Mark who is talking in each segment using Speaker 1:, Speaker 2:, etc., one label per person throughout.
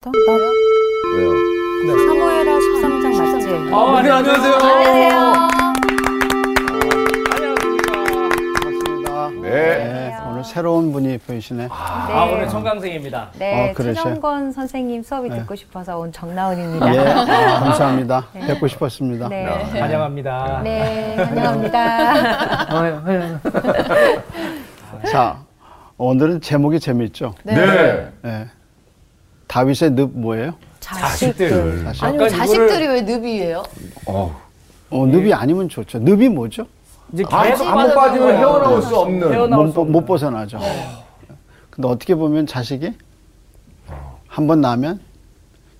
Speaker 1: 나, 나
Speaker 2: 왜요?
Speaker 1: 사무엘하 13장 맞지?
Speaker 3: 아, 네, 안녕하세요.
Speaker 2: 네.
Speaker 4: 네, 오늘 새로운 분이 보이시네.
Speaker 1: 네.
Speaker 3: 아, 오늘 청강생입니다.
Speaker 1: 네,
Speaker 4: 어, 그러셔.
Speaker 1: 최정권 선생님 수업이 듣고 싶어서 온 정나은입니다.
Speaker 4: 예, 감사합니다. 뵙고 싶었습니다. 예.
Speaker 1: 네.
Speaker 3: 환영합니다.
Speaker 1: 네, 환영합니다.
Speaker 4: 자, 오늘은 제목이 재밌죠.
Speaker 2: 네.
Speaker 4: 예. 다윗의 늪 뭐예요?
Speaker 3: 자식들.
Speaker 4: 사실.
Speaker 5: 아니
Speaker 3: 약간
Speaker 5: 면 자식들이
Speaker 3: 이거를-
Speaker 5: 왜 늪이에요?
Speaker 2: 어.
Speaker 4: 어, 늪이 아니면 좋죠. 늪이 뭐죠?
Speaker 3: 이제
Speaker 2: 아,
Speaker 3: 계속
Speaker 2: 안
Speaker 3: 빠져나가요.
Speaker 2: 빠지면 헤어나올 수 없는.
Speaker 3: 아, 헤어나올
Speaker 4: 못,
Speaker 3: 수
Speaker 4: 벗-
Speaker 3: 없는.
Speaker 4: 못 벗어나죠. 근데 어떻게 보면 자식이 한 번 나면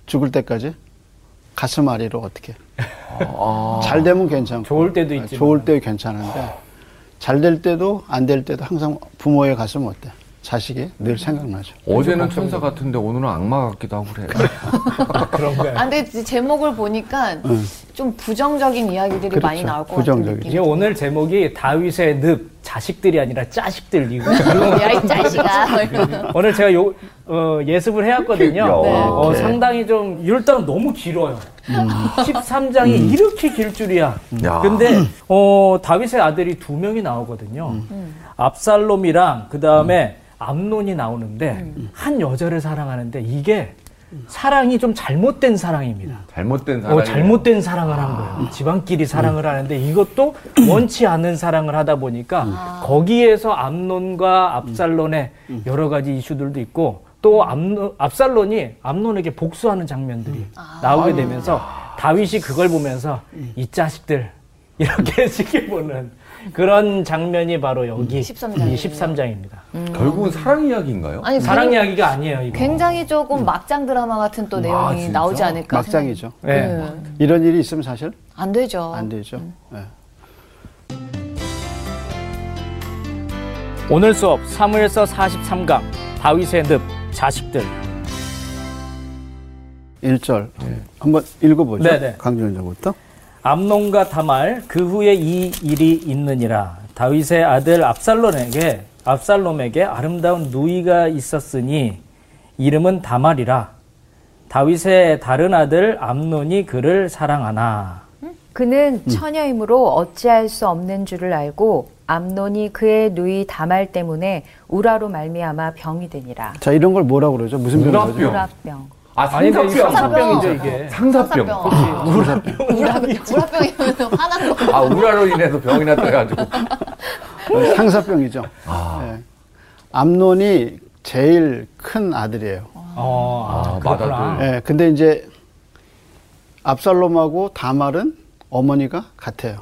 Speaker 4: 죽을 때까지 가슴 아래로 어떻게 잘 되면 괜찮고
Speaker 3: 좋을 때도 있지만.
Speaker 4: 아,
Speaker 3: 뭐.
Speaker 4: 좋을 때 괜찮은데 잘 될 때도 안 될 때도 항상 부모의 가슴 어때? 자식이 늘 생각나죠.
Speaker 6: 음.
Speaker 2: 어제는 천사 같은데 오늘은 악마 같기도 하고 그래.
Speaker 3: 그런 거야.
Speaker 5: 아, 근데 이 제목을 보니까 좀 부정적인 이야기들이 많이
Speaker 4: 그렇죠.
Speaker 5: 나올 것
Speaker 4: 부정적이죠.
Speaker 5: 같은
Speaker 3: 이게
Speaker 5: 느낌.
Speaker 3: 오늘 제목이 다윗의 늪 자식들이 아니라 짜식들이고
Speaker 5: 야이 자식아.
Speaker 3: 오늘 제가 요 어, 예습을 해왔거든요.
Speaker 2: 야,
Speaker 3: 어,
Speaker 4: 오케이.
Speaker 3: 상당히 좀 일단 너무 길어요. 13장이 이렇게 길 줄이야.
Speaker 2: 야.
Speaker 3: 근데 어, 다윗의 아들이 두 명이 나오거든요.
Speaker 4: 음.
Speaker 3: 압살롬이랑 그 다음에 암논이 나오는데
Speaker 4: 음.
Speaker 3: 한 여자를 사랑하는데 이게 사랑이 좀 잘못된 사랑입니다.
Speaker 2: 잘못된 사람.
Speaker 3: 어, 잘못된 사랑을 한
Speaker 5: 아.
Speaker 3: 거예요. 집안끼리
Speaker 5: 음.
Speaker 3: 사랑을 하는데 이것도 원치 않은 사랑을 하다 보니까
Speaker 5: 음.
Speaker 3: 거기에서 암론과 압살론의
Speaker 5: 음.
Speaker 3: 여러 가지 이슈들도 있고 또 암론, 압살론이 암론에게 복수하는
Speaker 5: 음.
Speaker 3: 장면들이
Speaker 5: 아.
Speaker 3: 나오게 되면서 다윗이 그걸 보면서 이 자식들 이렇게 지켜보는 그런 장면이 바로 여기
Speaker 5: 음. 13장 이에요. 음.
Speaker 3: 이 13장입니다.
Speaker 2: 결국은 사랑 이야기인가요?
Speaker 5: 아니
Speaker 3: 사랑
Speaker 5: 굉장히-
Speaker 3: 이야기가 아니에요, 이거.
Speaker 5: 굉장히 조금 막장 드라마 같은 또 내용이
Speaker 2: 진짜?
Speaker 5: 나오지 않을까.
Speaker 4: 막장이죠.
Speaker 3: 네.
Speaker 5: 네.
Speaker 4: 이런 일이 있으면 사실
Speaker 5: 안 되죠.
Speaker 4: 안 되죠. 예.
Speaker 3: 오늘 수업 사무엘서 43강 다윗의 늪 자식들
Speaker 4: 1절 한번 읽어보죠.
Speaker 3: 네. 네네.
Speaker 4: 강준자부터.
Speaker 3: 암논과 다말 그 후에 이 일이 있느니라 다윗의 아들 압살롬에게 압살롬에게 아름다운 누이가 있었으니 이름은 다말이라 다윗의 다른 아들 암논이 그를 사랑하나
Speaker 1: 그는 처녀이므로 어찌할 수 없는 줄을 알고 암논이 그의 누이 다말 때문에 우라로 말미암아 병이 되니라.
Speaker 4: 자, 이런 걸 뭐라고 그러죠? 무슨
Speaker 3: 음.
Speaker 4: 병이
Speaker 2: 우라병.
Speaker 4: 그러죠?
Speaker 1: 우라병.
Speaker 2: 아,
Speaker 3: 상사병이죠 이게
Speaker 2: 상사병.
Speaker 5: 상사병. 우라병이면 화난 거.
Speaker 2: 아, 우라로 인해서 병이 났다 해가지고.
Speaker 3: 음.
Speaker 4: 상사병이죠.
Speaker 3: 아.
Speaker 4: 예. 암논이 제일 큰 아들이에요.
Speaker 3: 어,
Speaker 2: 아,
Speaker 3: 아, 그렇구나.
Speaker 2: 맞아들.
Speaker 4: 예, 근데 이제 압살롬하고 다말은 어머니가 같아요.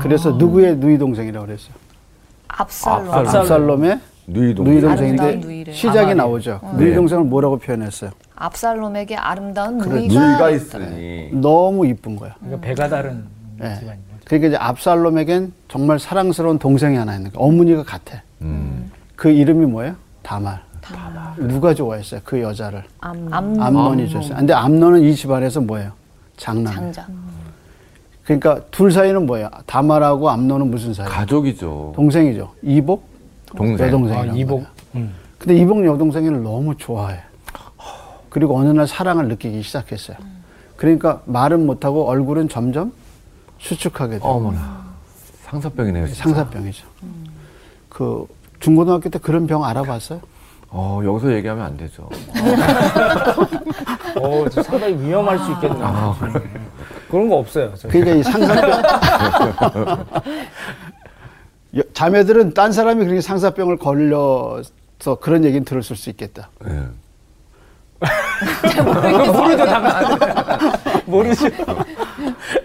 Speaker 4: 그래서 누구의 누이 동생이라고 그랬어요? 그
Speaker 5: 압살롬.
Speaker 3: 압살롬.
Speaker 4: 압살롬의
Speaker 2: 누이
Speaker 4: 누이
Speaker 2: 동생. 네.
Speaker 5: 아름다운 어.
Speaker 4: 동생인데
Speaker 5: 누이를.
Speaker 4: 시작이 나오죠. 누이 동생을 뭐라고 표현했어요?
Speaker 5: 압살롬에게 아름다운
Speaker 2: 누이가
Speaker 5: 누이가
Speaker 2: 있으니.
Speaker 4: 너무 이쁜 거야.
Speaker 3: 그러니까 배가 다른
Speaker 4: 예.
Speaker 3: 집안인 거죠
Speaker 4: 그러니까 이제 압살롬에겐 정말 사랑스러운 동생이 하나 있는 거야. 어머니가 같아.
Speaker 2: 음.
Speaker 4: 그 이름이 뭐예요? 다말. 누가 좋아했어요? 그 여자를.
Speaker 1: 암.
Speaker 5: 음. 암
Speaker 4: 암논이 좋았어요. 근데 암논은 이 집안에서 뭐예요? 장남.
Speaker 5: 장자.
Speaker 4: 그러니까 둘 사이는 뭐예요? 다말하고 암논은 무슨 사이?
Speaker 2: 가족이죠.
Speaker 4: 동생이죠. 이복
Speaker 2: 동생.
Speaker 3: 아,
Speaker 4: 여동생이란
Speaker 3: 이복
Speaker 4: 말이야.
Speaker 3: 음.
Speaker 4: 근데 이복 여동생을 너무 좋아해. 그리고 어느 날 사랑을 느끼기 시작했어요. 그러니까 말은 못하고 얼굴은 점점 수축하게 돼요.
Speaker 2: 어머나. 상사병이네요. 진짜.
Speaker 4: 상사병이죠. 그 중고등학교 때 그런 병 알아봤어요?
Speaker 2: 어, 여기서 얘기하면 안 되죠.
Speaker 3: 어, 저 상당히 위험할 수 있겠네요
Speaker 4: 아,
Speaker 3: 그런 거 없어요 저희.
Speaker 4: 그러니까 이 상사병. 여- 자매들은 딴 사람이 그렇게 상사병을 걸려서 그런 얘기는 들었을 수 있겠다.
Speaker 2: 예.
Speaker 4: 그
Speaker 3: 모르죠 당연 모르죠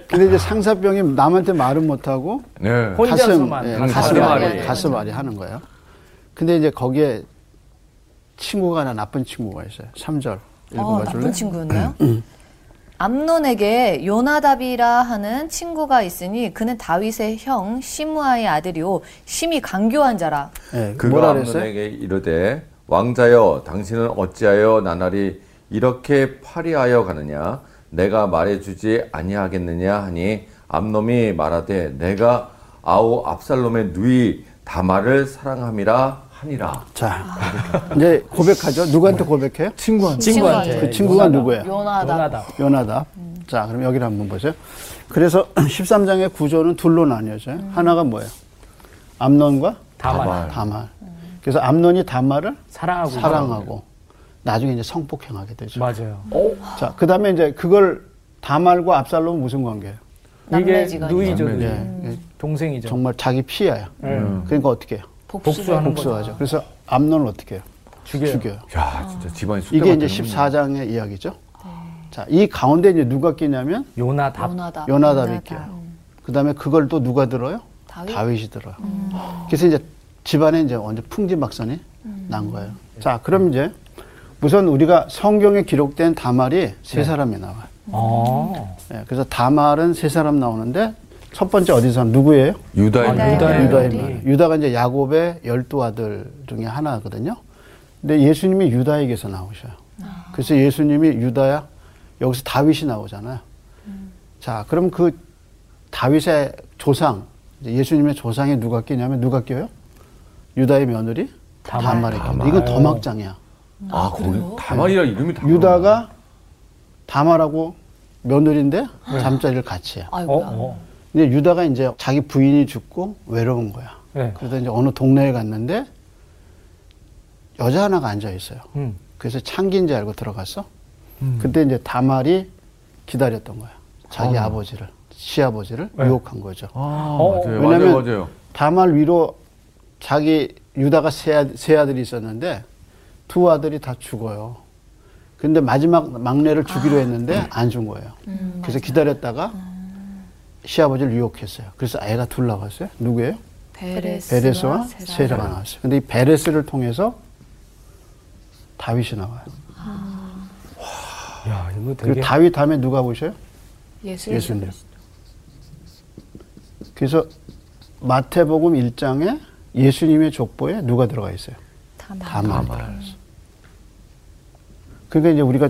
Speaker 4: 근데 이제 상사병이 남한테 말은 못하고
Speaker 2: 네.
Speaker 4: 가슴,
Speaker 3: 혼자서만
Speaker 4: 예,
Speaker 3: 가슴
Speaker 4: 가슴 아래
Speaker 2: 아래.
Speaker 4: 가슴 아래 하는 거예요. 근데 이제 거기에 친구가 하나 나쁜 친구가 있어요. 3절
Speaker 5: 어,
Speaker 4: 읽어봐 줄래?
Speaker 5: 나쁜 친구였나요? 암논에게 요나답이라 하는 친구가 있으니 그는 다윗의 형 시므아의 아들이요 심히 강교한 자라.
Speaker 4: 예,
Speaker 2: 그가
Speaker 4: 뭐라 그랬어요?
Speaker 2: 암론에게 이르되 왕자여 당신은 어찌하여 나날이 이렇게 파리하여 가느냐 내가 말해주지 아니하겠느냐 하니 암놈이 말하되 내가 아우 압살롬의 누이 다말을 사랑함이라 하니라.
Speaker 4: 자,
Speaker 5: 아, 그러니까.
Speaker 4: 이제 고백하죠. 누구한테 고백해요?
Speaker 3: 친구한테.
Speaker 5: 친구한테.
Speaker 4: 그 친구가
Speaker 3: 요나다.
Speaker 4: 누구예요?
Speaker 5: 요나다.
Speaker 3: 요나다.
Speaker 4: 요나다.
Speaker 5: 음.
Speaker 4: 자, 그럼 여기를 한번 보세요. 그래서 13장의 구조는 둘로 나뉘어져요.
Speaker 5: 음.
Speaker 4: 하나가 뭐예요? 암론과
Speaker 3: 다만
Speaker 4: 다말. 그래서 암론이 다말을
Speaker 3: 사랑하고
Speaker 4: 사랑하고 나중에 이제 성폭행하게 되죠.
Speaker 3: 맞아요.
Speaker 4: 자, 그다음에 이제 그걸 다말과 압살롬은 무슨 관계예요?
Speaker 3: 이게
Speaker 5: 남매지간이죠.
Speaker 3: 누이죠, 누이.
Speaker 4: 예.
Speaker 5: 음.
Speaker 3: 동생이죠.
Speaker 4: 정말 자기 피해예요. 그러니까 어떻게 해요?
Speaker 3: 복수하는 음. 거죠.
Speaker 4: 복수하죠. 그래서 암론을 어떻게 해요?
Speaker 3: 죽여요.
Speaker 2: 야, 진짜 집안이
Speaker 4: 이게 이제
Speaker 2: 숫대밭이군요.
Speaker 4: 14장의 이야기죠.
Speaker 5: 네.
Speaker 4: 자, 이 가운데 이제 누가 끼냐면
Speaker 3: 아, 요나답.
Speaker 5: 요나다.
Speaker 4: 요나답이 끼요. 그다음에 그걸 또 누가 들어요?
Speaker 5: 다윗? 음.
Speaker 4: 이 들어요. 그래서 이제 집안에 이제 완전 풍지박산이
Speaker 5: 음.
Speaker 4: 난 거예요. 자, 그럼 이제 우선 우리가 성경에 기록된 다말이
Speaker 3: 네.
Speaker 4: 세 사람이 나와요.
Speaker 3: 어.
Speaker 4: 예, 그래서 다말은 세 사람 나오는데 첫 번째 어디 사람 누구예요?
Speaker 2: 유다의
Speaker 5: 아,
Speaker 2: 유다.
Speaker 5: 유다의
Speaker 4: 유다의
Speaker 5: 네.
Speaker 4: 말. 유다가 이제 야곱의 열두 아들 중에 하나거든요. 근데 예수님이 유다에게서 나오셔요. 그래서 예수님이 유다야 여기서 다윗이 나오잖아요. 자, 그럼 그 다윗의 조상, 이제 예수님의 조상에 누가 끼냐면 누가 끼어요? 유다의 며느리
Speaker 3: 다말.
Speaker 4: 다말이 끼
Speaker 2: 다말.
Speaker 4: 이건 더막장이야.
Speaker 2: 아, 거기 다말이라 이름이 다.
Speaker 4: 유다가 다말하고 며느리인데 잠자리를 같이 해. 요
Speaker 3: 어,
Speaker 5: 아이고야.
Speaker 3: 어.
Speaker 4: 근데 유다가 이제 자기 부인이 죽고 외로운 거야.
Speaker 3: 네.
Speaker 4: 그래서 이제 어느 동네에 갔는데 여자 하나가 앉아 있어요.
Speaker 3: 음.
Speaker 4: 그래서 창기인 줄 알고 들어갔어.
Speaker 2: 음.
Speaker 4: 그때 이제 다말이 기다렸던 거야. 자기 아. 버지를 시아버지를
Speaker 3: 네.
Speaker 4: 유혹한 거죠.
Speaker 2: 아,
Speaker 3: 어,
Speaker 2: 맞아요.
Speaker 4: 왜냐면
Speaker 2: 맞아요, 맞아요.
Speaker 4: 다말 위로 자기 유다가 세, 아, 세 아들이 있었는데 두 아들이 다 죽어요. 근데 마지막 막내를 주기로 했는데 안 준 거예요. 그래서 기다렸다가 시아버지를 유혹했어요. 그래서 아이가 둘 나왔어요. 누구예요?
Speaker 5: 베레스.
Speaker 4: 베레스와 세라가 나왔어요. 근데 이 베레스를 통해서 다윗이 나와요.
Speaker 3: 야, 이거 되게
Speaker 4: 그리고 다윗 다음에 누가 오셔요?
Speaker 5: 예수.
Speaker 4: 예수님. 그래서 마태복음 1장에 예수님의 족보에 누가 들어가 있어요? 다말. 그러니까 이제 우리가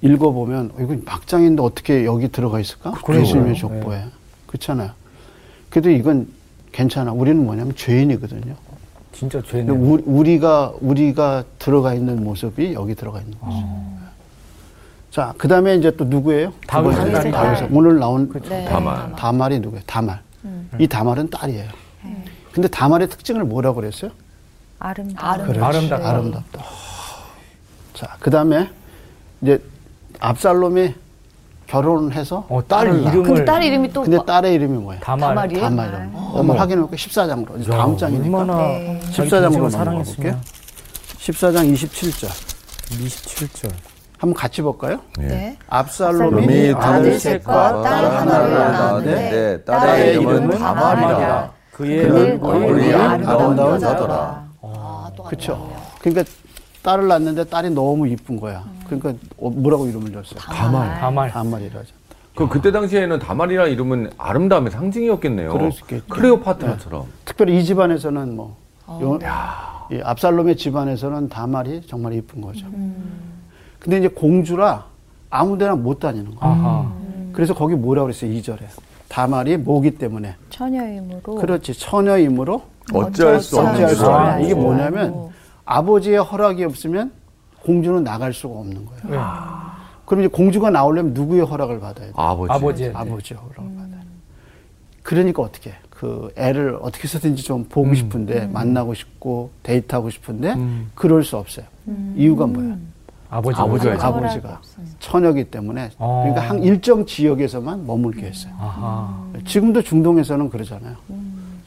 Speaker 4: 읽어보면 어, 이건 막장인데 어떻게 여기 들어가 있을까?
Speaker 3: 그러게요.
Speaker 4: 예수님의 족보에. 그렇잖아요. 그래도 이건 괜찮아. 우리는 뭐냐면 죄인이거든요.
Speaker 3: 진짜 죄네요.
Speaker 4: 근데 우- 우리가 우리가 들어가 있는 모습이 여기 들어가 있는 거죠. 자, 그다음에 이제 또 누구예요? 두
Speaker 3: 다윗의 딸.
Speaker 4: 번째, 다윗의 오늘 나온
Speaker 5: 네.
Speaker 2: 다말.
Speaker 4: 다말이 누구예요? 다말. 이 다말은 딸이에요. 근데 다말의 특징을 뭐라고 그랬어요?
Speaker 1: 아름다운
Speaker 5: 그래.
Speaker 3: 아름답다.
Speaker 4: 아름답다. 자, 그다음에 이제 압살롬이 결혼해서
Speaker 3: 어, 딸
Speaker 4: 딸을 낳아.
Speaker 3: 이름을
Speaker 5: 근데 딸 이름이 또
Speaker 4: 근데
Speaker 5: 뭐-
Speaker 4: 딸의 이름이 뭐예요?
Speaker 3: 다말.
Speaker 5: 다말이요?
Speaker 4: 다말 이름. 한번 확인해 볼게요. 14장으로. 이제 다음 장이니까.
Speaker 3: 얼마나
Speaker 1: 네.
Speaker 3: 자기
Speaker 4: 14 장으로
Speaker 3: 동생을
Speaker 4: 넘어가 볼게요.
Speaker 3: 사랑했으면
Speaker 4: 14장 27절.
Speaker 3: 27절.
Speaker 4: 한번 같이 볼까요?
Speaker 2: 예.
Speaker 5: 네.
Speaker 4: 압살롬이
Speaker 2: 롬이
Speaker 4: 아들
Speaker 2: 아들
Speaker 4: 셋과
Speaker 2: 셋과
Speaker 4: 딸 하나를 낳았는데
Speaker 2: 낳았는데 딸의 이름은
Speaker 1: 다말이라.
Speaker 2: 다말이라.
Speaker 3: 그의
Speaker 2: 그는
Speaker 3: 얼굴이
Speaker 2: 얼굴이
Speaker 1: 아름다운
Speaker 2: 네, 아름다운
Speaker 1: 여자더라.
Speaker 2: 여자더라.
Speaker 5: 아, 또
Speaker 4: 그렇죠. 그러니까 딸을 낳았는데 딸이 너무 이쁜 거야. 그러니까 어, 뭐라고 이름을 줬어요?
Speaker 2: 다말.
Speaker 3: 다말.
Speaker 4: 다말이라.
Speaker 2: 그 그때 당시에는 다말이라 이름은 아름다움의 상징이었겠네요.
Speaker 4: 그럴 수 있겠죠.
Speaker 2: 클레오파트라처럼.
Speaker 4: 특별히 이 집안에서는 뭐 요- 이 압살롬의 집안에서는 다말이 정말 이쁜 거죠. 근데 이제 공주라 아무데나 못 다니는 거야.
Speaker 3: 아하.
Speaker 4: 그래서 거기 뭐라고 그랬어요? 2절에. 다말이 뭐기 때문에
Speaker 1: 처녀이므로
Speaker 4: 그렇지 처녀이므로
Speaker 2: 어찌할 수 없는
Speaker 4: 어찌할 수
Speaker 2: 줄
Speaker 4: 없는
Speaker 2: 알고.
Speaker 4: 이게 뭐냐면 아버지의 허락이 없으면 공주는 나갈 수가 없는 거예요.
Speaker 3: 네.
Speaker 4: 그럼 이제 공주가 나오려면 누구의 허락을 받아야 돼?
Speaker 2: 아버지. 네,
Speaker 3: 아버지.
Speaker 4: 아버지의
Speaker 2: 음.
Speaker 4: 허락을 받아야 돼. 그러니까 어떻게 해? 그 애를 어떻게 해서든지 좀 보고
Speaker 2: 음.
Speaker 4: 싶은데 만나고 싶고 데이트하고 싶은데 그럴 수 없어요.
Speaker 2: 음.
Speaker 4: 이유가 뭐야?
Speaker 3: 아버지.
Speaker 2: 아버지가 아. 있어요.
Speaker 4: 아버지가 처녀기 때문에
Speaker 3: 어.
Speaker 4: 그러니까 한 일정 지역에서만
Speaker 2: 음.
Speaker 4: 머물게 했어요.
Speaker 3: 아하.
Speaker 4: 지금도 중동에서는 그러잖아요.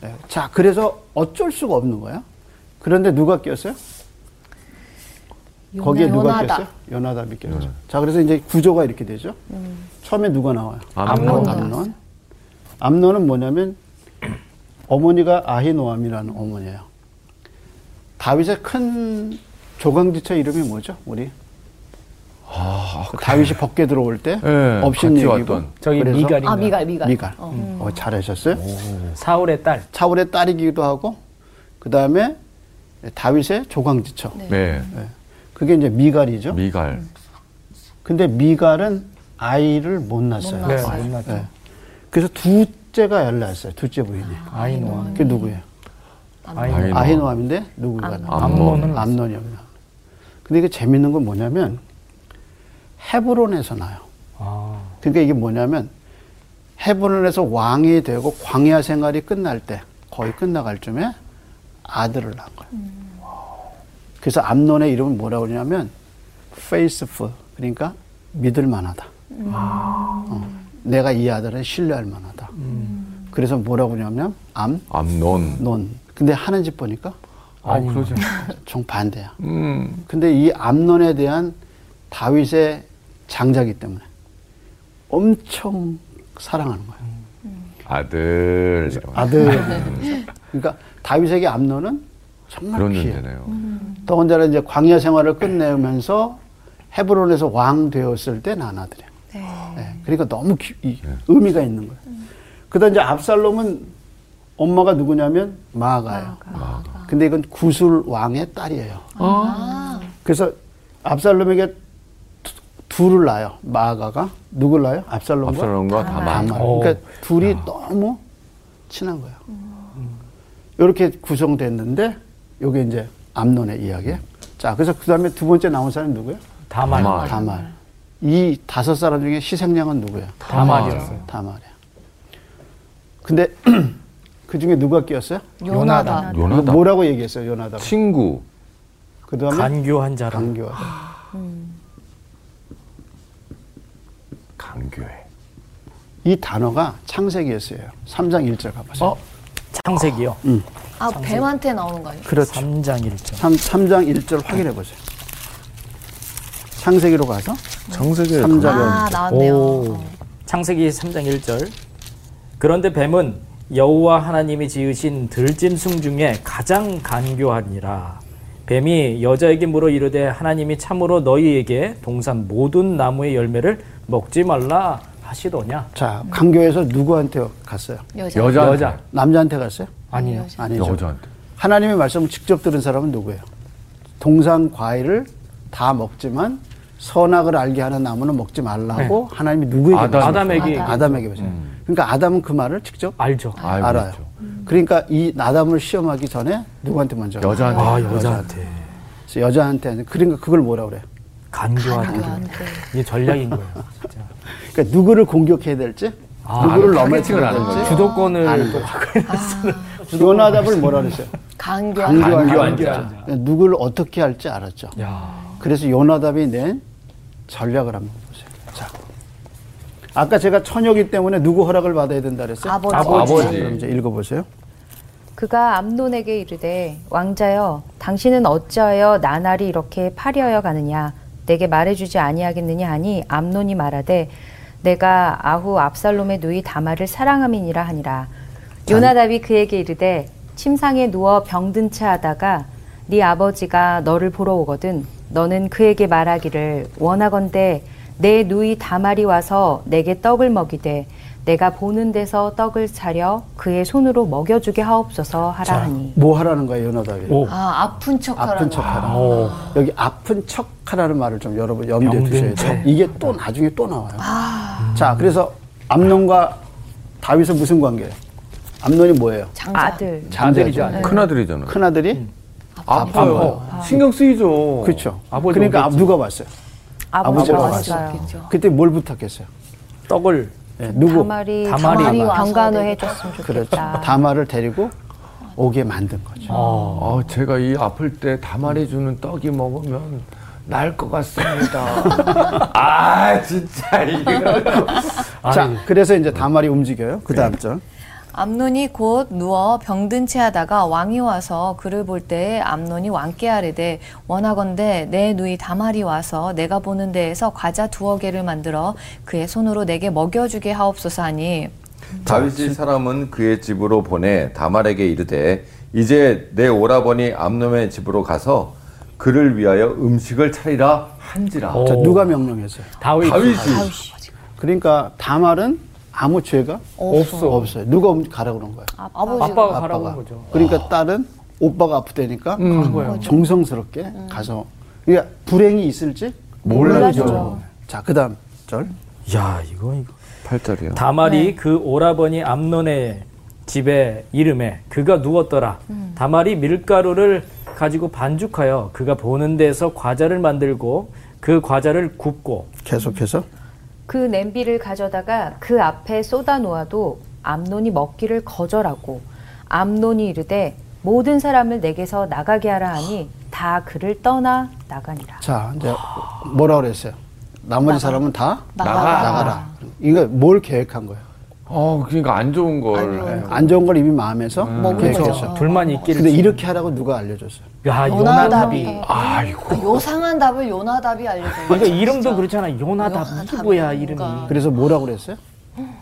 Speaker 4: 예, 자, 그래서 어쩔 수가 없는 거야. 그런데 누가 꼈어요?
Speaker 5: 요나-
Speaker 4: 거기에 누가
Speaker 5: 요나다.
Speaker 4: 꼈어요? 연하답이 꼈죠.
Speaker 2: 네.
Speaker 4: 자, 그래서 이제 구조가 이렇게 되죠. 처음에 누가 나와요?
Speaker 2: 암론.
Speaker 4: 암론. 암론은 뭐냐면 어머니가 아히노암이라는 어머니예요. 다윗의 큰 조강지처 이름이 뭐죠? 우리 그 다윗이 법궤 들어올 때
Speaker 2: 예,
Speaker 4: 없인
Speaker 2: 아, 같이
Speaker 4: 얘기고
Speaker 2: 왔던.
Speaker 3: 저기
Speaker 4: 그래서
Speaker 3: 미갈이.
Speaker 5: 아, 미갈, 미갈.
Speaker 4: 미갈. 어. 잘하셨어요.
Speaker 3: 사울의 딸.
Speaker 4: 사울의 딸이기도 하고 그 다음에 다윗의 조강지처.
Speaker 2: 네.
Speaker 4: 예. 그게 이제 미갈이죠.
Speaker 2: 미갈.
Speaker 4: 근데 미갈은 아이를 못 낳았어요. 네.
Speaker 3: 네.
Speaker 5: 맞아요.
Speaker 3: 못났죠.
Speaker 4: 예. 그래서 둘째가 애를 낳았어요. 둘째 부인이.
Speaker 3: 아이노아.
Speaker 4: 그게 누구예요?
Speaker 3: 아니,
Speaker 2: 아이노.
Speaker 4: 아히노암인데 누구가 나?
Speaker 2: 암몬.
Speaker 3: 암몬은
Speaker 4: 암론이었나? 근데 이게 재밌는 건 뭐냐면 헤브론에서 나요.
Speaker 3: 아,
Speaker 4: 그러니까 이게 뭐냐면 헤브론에서 왕이 되고 광야 생활이 끝날 때 거의 끝나갈 쯤에 아들을 낳은 거예요. 그래서 암론의 이름은 뭐라고 그러냐면 faithful 그러니까 믿을 만하다. 어, 내가 이 아들을 신뢰할 만하다. 그래서 뭐라고 그러냐면 암논.
Speaker 2: 암논.
Speaker 4: 근데 하는 집 보니까
Speaker 2: 아, 그러지.
Speaker 4: 정반대야.
Speaker 2: 음.
Speaker 4: 근데 이 암론에 대한 다윗의 장자기 때문에 엄청 사랑하는 거예요.
Speaker 2: 음. 아들. 이런.
Speaker 4: 아들. 그러니까 다윗에게 암론은 정말
Speaker 2: 그런
Speaker 4: 귀해.
Speaker 2: 존재네요.
Speaker 4: 더군다나 이제 광야 생활을 끝내면서 헤브론에서 왕 되었을 때 난 아들이에요. 예, 그러니까 너무 귀- 이 의미가 있는 거예요. 그다음 이제 압살롬은 엄마가 누구냐면 마아가예요. 근데 이건 구술 왕의 딸이에요.
Speaker 5: 아.
Speaker 4: 그래서 압살롬에게 두- 둘을 낳아요. 마아가가 누굴 낳아요? 압살롬과
Speaker 2: 압살롬과 다만.
Speaker 4: 다만.
Speaker 3: 오.
Speaker 4: 그러니까 둘이 너무 친한 거예요. 이렇게 구성됐는데 요게 이제 암론의 이야기. 자, 그래서 그다음에 두 번째 나온 사람이 누구예요?
Speaker 3: 다말.
Speaker 2: 다말.
Speaker 4: 다말. 이 다섯 사람 중에 희생양은 누구예요?
Speaker 3: 다말이었어요.
Speaker 4: 다말이야. 근데 그 중에 누가 끼었어요?
Speaker 5: 요나다.
Speaker 2: 요나다.
Speaker 4: 뭐라고 얘기했어요, 요나다?
Speaker 2: 친구.
Speaker 4: 그다음에
Speaker 3: 간교한 자라.
Speaker 4: 강교하다.
Speaker 2: 강교회.
Speaker 4: 이 단어가 창세기에서예요. 3장 1절 가보세요.
Speaker 3: 어? 창세기요.
Speaker 5: 아, 뱀한테 나오는 거 아니에요?
Speaker 4: 그렇죠.
Speaker 3: 3장 1절.
Speaker 4: 3, 장 1절 확인해 보세요. 창세기로 가서
Speaker 7: 정세계
Speaker 6: 그
Speaker 4: 삼장
Speaker 5: 아, 나왔네요.
Speaker 3: 오.
Speaker 5: 어.
Speaker 3: 창세기 3장 1절. 그런데 뱀은 여호와 하나님이 지으신 들짐승 중에 가장 간교하니라. 뱀이 여자에게 물어 이르되 하나님이 참으로 너희에게 동산 모든 나무의 열매를 먹지 말라 하시더냐.
Speaker 4: 자, 강교에서 누구한테 갔어요?
Speaker 5: 여자.
Speaker 2: 여자.
Speaker 3: 여자.
Speaker 4: 남자한테 갔어요?
Speaker 3: 아니요.
Speaker 4: 아니죠.
Speaker 2: 여자한테.
Speaker 4: 하나님의 말씀을 직접 들은 사람은 누구예요? 동산 과일을 다 먹지만 선악을 알게 하는 나무는 먹지 말라고 하나님이 누구에게
Speaker 2: 아담.
Speaker 4: 말씀하셨어요?
Speaker 3: 아담에게
Speaker 4: 아담에게 말씀.
Speaker 2: 음.
Speaker 4: 그러니까 아담은 그 말을 직접
Speaker 3: 알죠.
Speaker 2: 알고 그렇죠.
Speaker 4: 알아요.
Speaker 2: 있죠.
Speaker 4: 그러니까 이 나담을 시험하기 전에 누구한테 먼저? 가요?
Speaker 2: 여자한테.
Speaker 3: 아, 여자한테
Speaker 4: 그래서 여자한테 하는- 그러니까 그걸 뭐라 그래요?
Speaker 3: 간교하다.
Speaker 5: 여자한테.
Speaker 3: 이게 전략인 거예요. 진짜.
Speaker 4: 그러니까 누구를 공격해야 될지,
Speaker 3: 아,
Speaker 4: 누구를
Speaker 2: 아,
Speaker 4: 넘어야
Speaker 2: 타겟팅을 하는 거예요.
Speaker 4: 될지.
Speaker 3: 주도권을 아, 또
Speaker 4: 요나답을 뭐라 그랬어요?
Speaker 5: 강교한
Speaker 4: 강조한
Speaker 2: 강조한
Speaker 4: 거예요. 네, 누구를 어떻게 할지 알았죠.
Speaker 3: 야.
Speaker 4: 그래서 요나답이 낸 전략을 한번 보세요. 자, 아까 제가 처녀기 때문에 누구 허락을 받아야 된다 그랬어요?
Speaker 5: 아버지.
Speaker 2: 아버지.
Speaker 4: 자, 그럼 이제 읽어보세요.
Speaker 1: 그가 암논에게 이르되 왕자여 당신은 어찌하여 나날이 이렇게 파리하여 가느냐 내게 말해주지 아니하겠느냐 하니 암논이 말하되 내가 아후 압살롬의 누이 다말을 사랑함이니라 하니라 요나답이 그에게 이르되 침상에 누워 병든 채 하다가 네 아버지가 너를 보러 오거든 너는 그에게 말하기를 원하건대 내 누이 다말이 와서 내게 떡을 먹이되 내가 보는 데서 떡을 차려 그의 손으로 먹여주게 하옵소서 하라 하니
Speaker 4: 뭐 하라는 거예요, 요나답이?
Speaker 3: 오.
Speaker 5: 아, 아픈 척 하라는
Speaker 4: 아픈
Speaker 5: 거.
Speaker 4: 척하라.
Speaker 3: 오.
Speaker 4: 여기 아픈 척하라는 말을 좀 여러분 염두에
Speaker 3: 병든
Speaker 4: 두셔야 돼요.
Speaker 3: 척.
Speaker 4: 이게 또 나중에 또 나와요.
Speaker 5: 아.
Speaker 4: 자, 그래서 암론과 다윗은 무슨 관계예요? 암론이 뭐예요?
Speaker 5: 장자.
Speaker 1: 아들
Speaker 4: 장자죠.
Speaker 2: 큰아들이잖아요.
Speaker 4: 큰 아들이
Speaker 6: 어,
Speaker 2: 아파요. 신경 쓰이죠.
Speaker 4: 그렇죠.
Speaker 3: 아버지
Speaker 4: 그러니까
Speaker 3: 오겠지.
Speaker 4: 누가 왔어요?
Speaker 1: 아버지가
Speaker 4: 아버지가
Speaker 1: 왔어요.
Speaker 5: 그렇겠죠.
Speaker 4: 그때 뭘 부탁했어요?
Speaker 3: 떡을 네,
Speaker 4: 예, 누구?
Speaker 1: 다말이
Speaker 3: 다말이
Speaker 1: 다말이
Speaker 5: 와서
Speaker 1: 병간호
Speaker 5: 내게
Speaker 1: 해줬으면
Speaker 4: 그렇죠.
Speaker 1: 좋겠다.
Speaker 4: 다마를 데리고 오게 만든 거죠.
Speaker 2: 아, 제가 이 아플 때 다말해주는 떡이 먹으면 날 것 같습니다. 아, 진짜 이거.
Speaker 3: 아,
Speaker 4: 자,
Speaker 3: 예.
Speaker 4: 그래서 이제 다말이 움직여요. 그
Speaker 3: 네.
Speaker 4: 다음 절.
Speaker 5: 암논이 곧 누워 병든 채하다가 왕이 와서 그를 볼 때에 암논이 왕께 아뢰되 원하건대 내 누이 다말이 와서 내가 보는 데에서 과자 두어 개를 만들어 그의 손으로 내게 먹여주게 하옵소서 하니
Speaker 6: 다윗이 사람은 그의 집으로 보내 다말에게 이르되 이제 내 오라버니 암놈의 집으로 가서 그를 위하여 음식을 차리라 한지라
Speaker 3: 오.
Speaker 4: 자, 누가 명령했어요?
Speaker 3: 다윗
Speaker 2: 어, 다윗이
Speaker 4: 그러니까 다말은 아무 죄가
Speaker 3: 없어.
Speaker 4: 없어요. 누가 엄- 가라고 그런 거예요.
Speaker 5: 아버지가
Speaker 3: 아빠가 가라고 한 거죠.
Speaker 4: 그러니까 딸은 오빠가 아프다니까
Speaker 3: 거예요.
Speaker 4: 정성스럽게 가서 그러니까 불행이 있을지
Speaker 2: 몰라죠.
Speaker 4: 자, 그 다음 절.
Speaker 3: 야 이거 이거.
Speaker 2: 팔자리요.
Speaker 5: 네.
Speaker 3: 다말이 그 오라버니 암논의 집의 이름에 그가 누웠더라.
Speaker 5: 음.
Speaker 3: 다말이 밀가루를 가지고 반죽하여 그가 보는 데서 과자를 만들고 그 과자를 굽고
Speaker 4: 계속해서
Speaker 1: 그 냄비를 가져다가 그 앞에 쏟아 놓아도 암논이 먹기를 거절하고 암논이 이르되 모든 사람을 내게서 나가게 하라 하니 다 그를 떠나 나가니라.
Speaker 4: 자 이제 뭐라 그랬어요? 나머지 사람은 다
Speaker 5: 나가라.
Speaker 4: 나가라. 이거 뭘 계획한 거예요? 예,
Speaker 2: 어, 그러니까 안 좋은 걸 해요.
Speaker 4: 안 좋은 걸 이미 마음에서
Speaker 5: 먹은
Speaker 4: 계획했어.
Speaker 5: 거죠.
Speaker 3: 둘만 있기를.
Speaker 4: 근데 이렇게 하라고 누가 알려줬어요?
Speaker 3: 야
Speaker 5: 그렇죠. 요나답이.
Speaker 3: 요나답이.
Speaker 2: 아이고.
Speaker 5: 요상한 답을 요나답이 그렇죠. 알려줘요.
Speaker 3: 그러니까 이름도 그렇잖아. 요나답이
Speaker 5: 요나답이
Speaker 3: 뭐야 이름이.
Speaker 5: 뭔가.
Speaker 4: 그래서 뭐라고 그랬어요?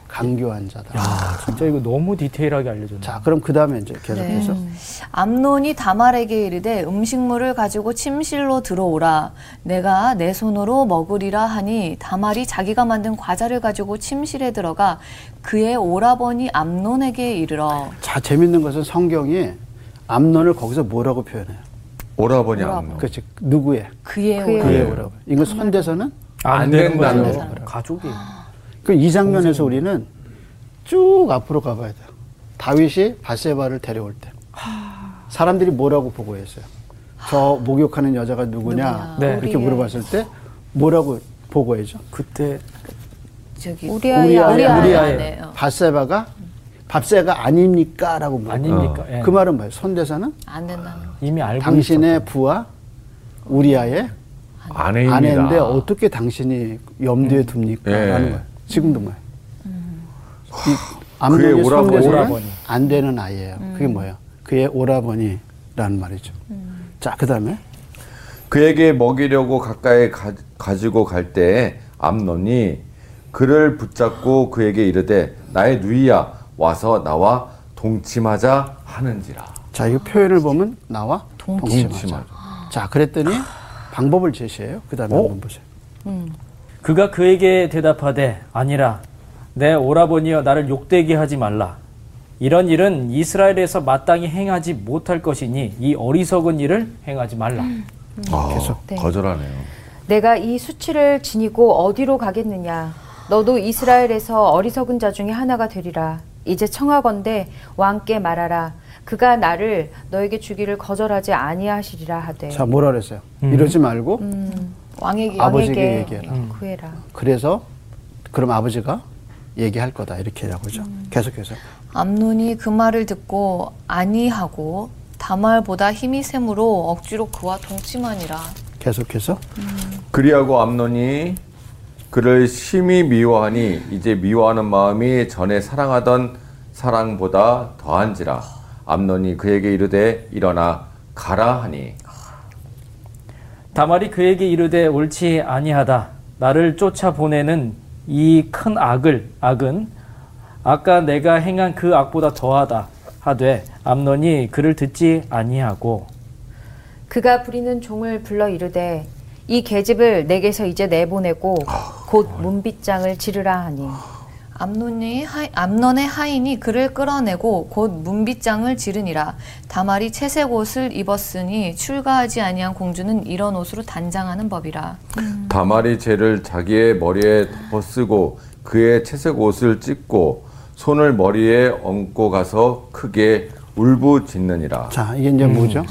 Speaker 4: 강교한 자다.
Speaker 3: 야 아, 진짜 이거 너무 디테일하게 알려줬네.
Speaker 4: 자 그럼 그 다음에 이제 계속해서
Speaker 5: 네. 암논이 다말에게 이르되 음식물을 가지고 침실로 들어오라. 내가 내 손으로 먹으리라 하니 다말이 자기가 만든 과자를 가지고 침실에 들어가 그의 오라버니 암논에게 이르러
Speaker 4: 자 재밌는 것은 성경이 암론을 거기서 뭐라고 표현해요?
Speaker 6: 오라버니
Speaker 5: 오라버니.
Speaker 6: 암론.
Speaker 4: 그렇지 누구의
Speaker 5: 그의
Speaker 1: 그의
Speaker 5: 오라.
Speaker 4: 그의 오라고. 이거 선대서는
Speaker 2: 안 된다는
Speaker 3: 거죠.
Speaker 2: 거죠.
Speaker 3: 가족이.
Speaker 4: 그 이 장면에서 우리는 쭉 앞으로 가봐야 돼요. 다윗이 바세바를 데려올 때 사람들이 뭐라고 보고했어요? 저 목욕하는 여자가 누구냐
Speaker 5: 누구냐.
Speaker 3: 네.
Speaker 4: 이렇게 물어봤을 때 뭐라고 보고해죠?
Speaker 3: 그때
Speaker 5: 저기
Speaker 1: 우리 아이
Speaker 4: 우리
Speaker 5: 우리
Speaker 4: 아이.
Speaker 5: 아이
Speaker 3: 우리 아이.
Speaker 5: 안에 어,
Speaker 4: 바세바가 밥세가 아닙니까라고 물어요.
Speaker 3: 아닙니까? 네, 예.
Speaker 4: 그 말은 뭐예요? 선대사는
Speaker 5: 안 된다는 거.
Speaker 3: 이미 알고
Speaker 4: 당신의 부하 우리아의
Speaker 2: 아내입니다.
Speaker 4: 아내인데 어떻게 당신이 염두에 둡니까?
Speaker 6: 예.
Speaker 4: 라는 거예요. 지금도
Speaker 2: 음.
Speaker 4: 뭐예요?
Speaker 6: 그의
Speaker 4: 암흑의
Speaker 6: 오라버니.
Speaker 3: 오라버니.
Speaker 4: 손에서는 안 되는 아이예요. 그게 뭐예요? 그의 오라버니라는 말이죠. 자, 그 다음에
Speaker 6: 그에게 먹이려고 가까이 가, 가지고 갈 때에 암논이 그를 붙잡고 그에게 이르되 나의 누이야 와서 나와 동침하자 하는지라.
Speaker 4: 자, 이 표현을 보면 나와
Speaker 5: 동침하자.
Speaker 4: 동침하자. 자, 그랬더니 방법을 제시해요. 그
Speaker 2: 어?
Speaker 4: 다음에 한번 보세요.
Speaker 3: 그가 그에게 대답하되 아니라 내 오라버니여 나를 욕되게 하지 말라 이런 일은 이스라엘에서 마땅히 행하지 못할 것이니 이 어리석은 일을 행하지 말라
Speaker 6: 아,
Speaker 1: 네.
Speaker 6: 거절하네요.
Speaker 1: 내가 이 수치를 지니고 어디로 가겠느냐? 너도 이스라엘에서 어리석은 자 중에 하나가 되리라. 이제 청하건대 왕께 말하라. 그가 나를 너에게 주기를 거절하지 아니하시리라 하되
Speaker 4: 자, 뭐라 그랬어요?
Speaker 2: 음.
Speaker 4: 이러지 말고
Speaker 5: 왕에게
Speaker 4: 아버지에게
Speaker 1: 왕에게 음.
Speaker 4: 얘기해라.
Speaker 1: 구해라.
Speaker 4: 그래서 그럼 아버지가 얘기할 거다. 이렇게 라고 하죠. 계속해서.
Speaker 5: 암논이 그 말을 듣고 아니하고 다말보다 힘이 셈으로 억지로 그와 동침하니라.
Speaker 4: 계속해서.
Speaker 6: 그리하고 암논이 그를 심히 미워하니 이제 미워하는 마음이 전에 사랑하던 사랑보다 더한지라 암논이 그에게 이르되 일어나 가라 하니
Speaker 3: 다말이 그에게 이르되 옳지 아니하다 나를 쫓아보내는 이 큰 악을 악은 아까 내가 행한 그 악보다 더하다 하되 암논이 그를 듣지 아니하고
Speaker 1: 그가 부리는 종을 불러 이르되 이 계집을 내게서 이제 내보내고 곧 문빗장을 지르라 하니
Speaker 5: 암논이 하, 암논의 하인이 그를 끌어내고 곧 문빗장을 지르니라. 다말이 채색 옷을 입었으니 출가하지 아니한 공주는 이런 옷으로 단장하는 법이라.
Speaker 6: 다말이 죄를 자기의 머리에 덮어쓰고 그의 채색 옷을 찢고 손을 머리에 얹고 가서 크게 울부짖느니라
Speaker 4: 자, 이게
Speaker 3: 음.
Speaker 4: 이제 뭐죠?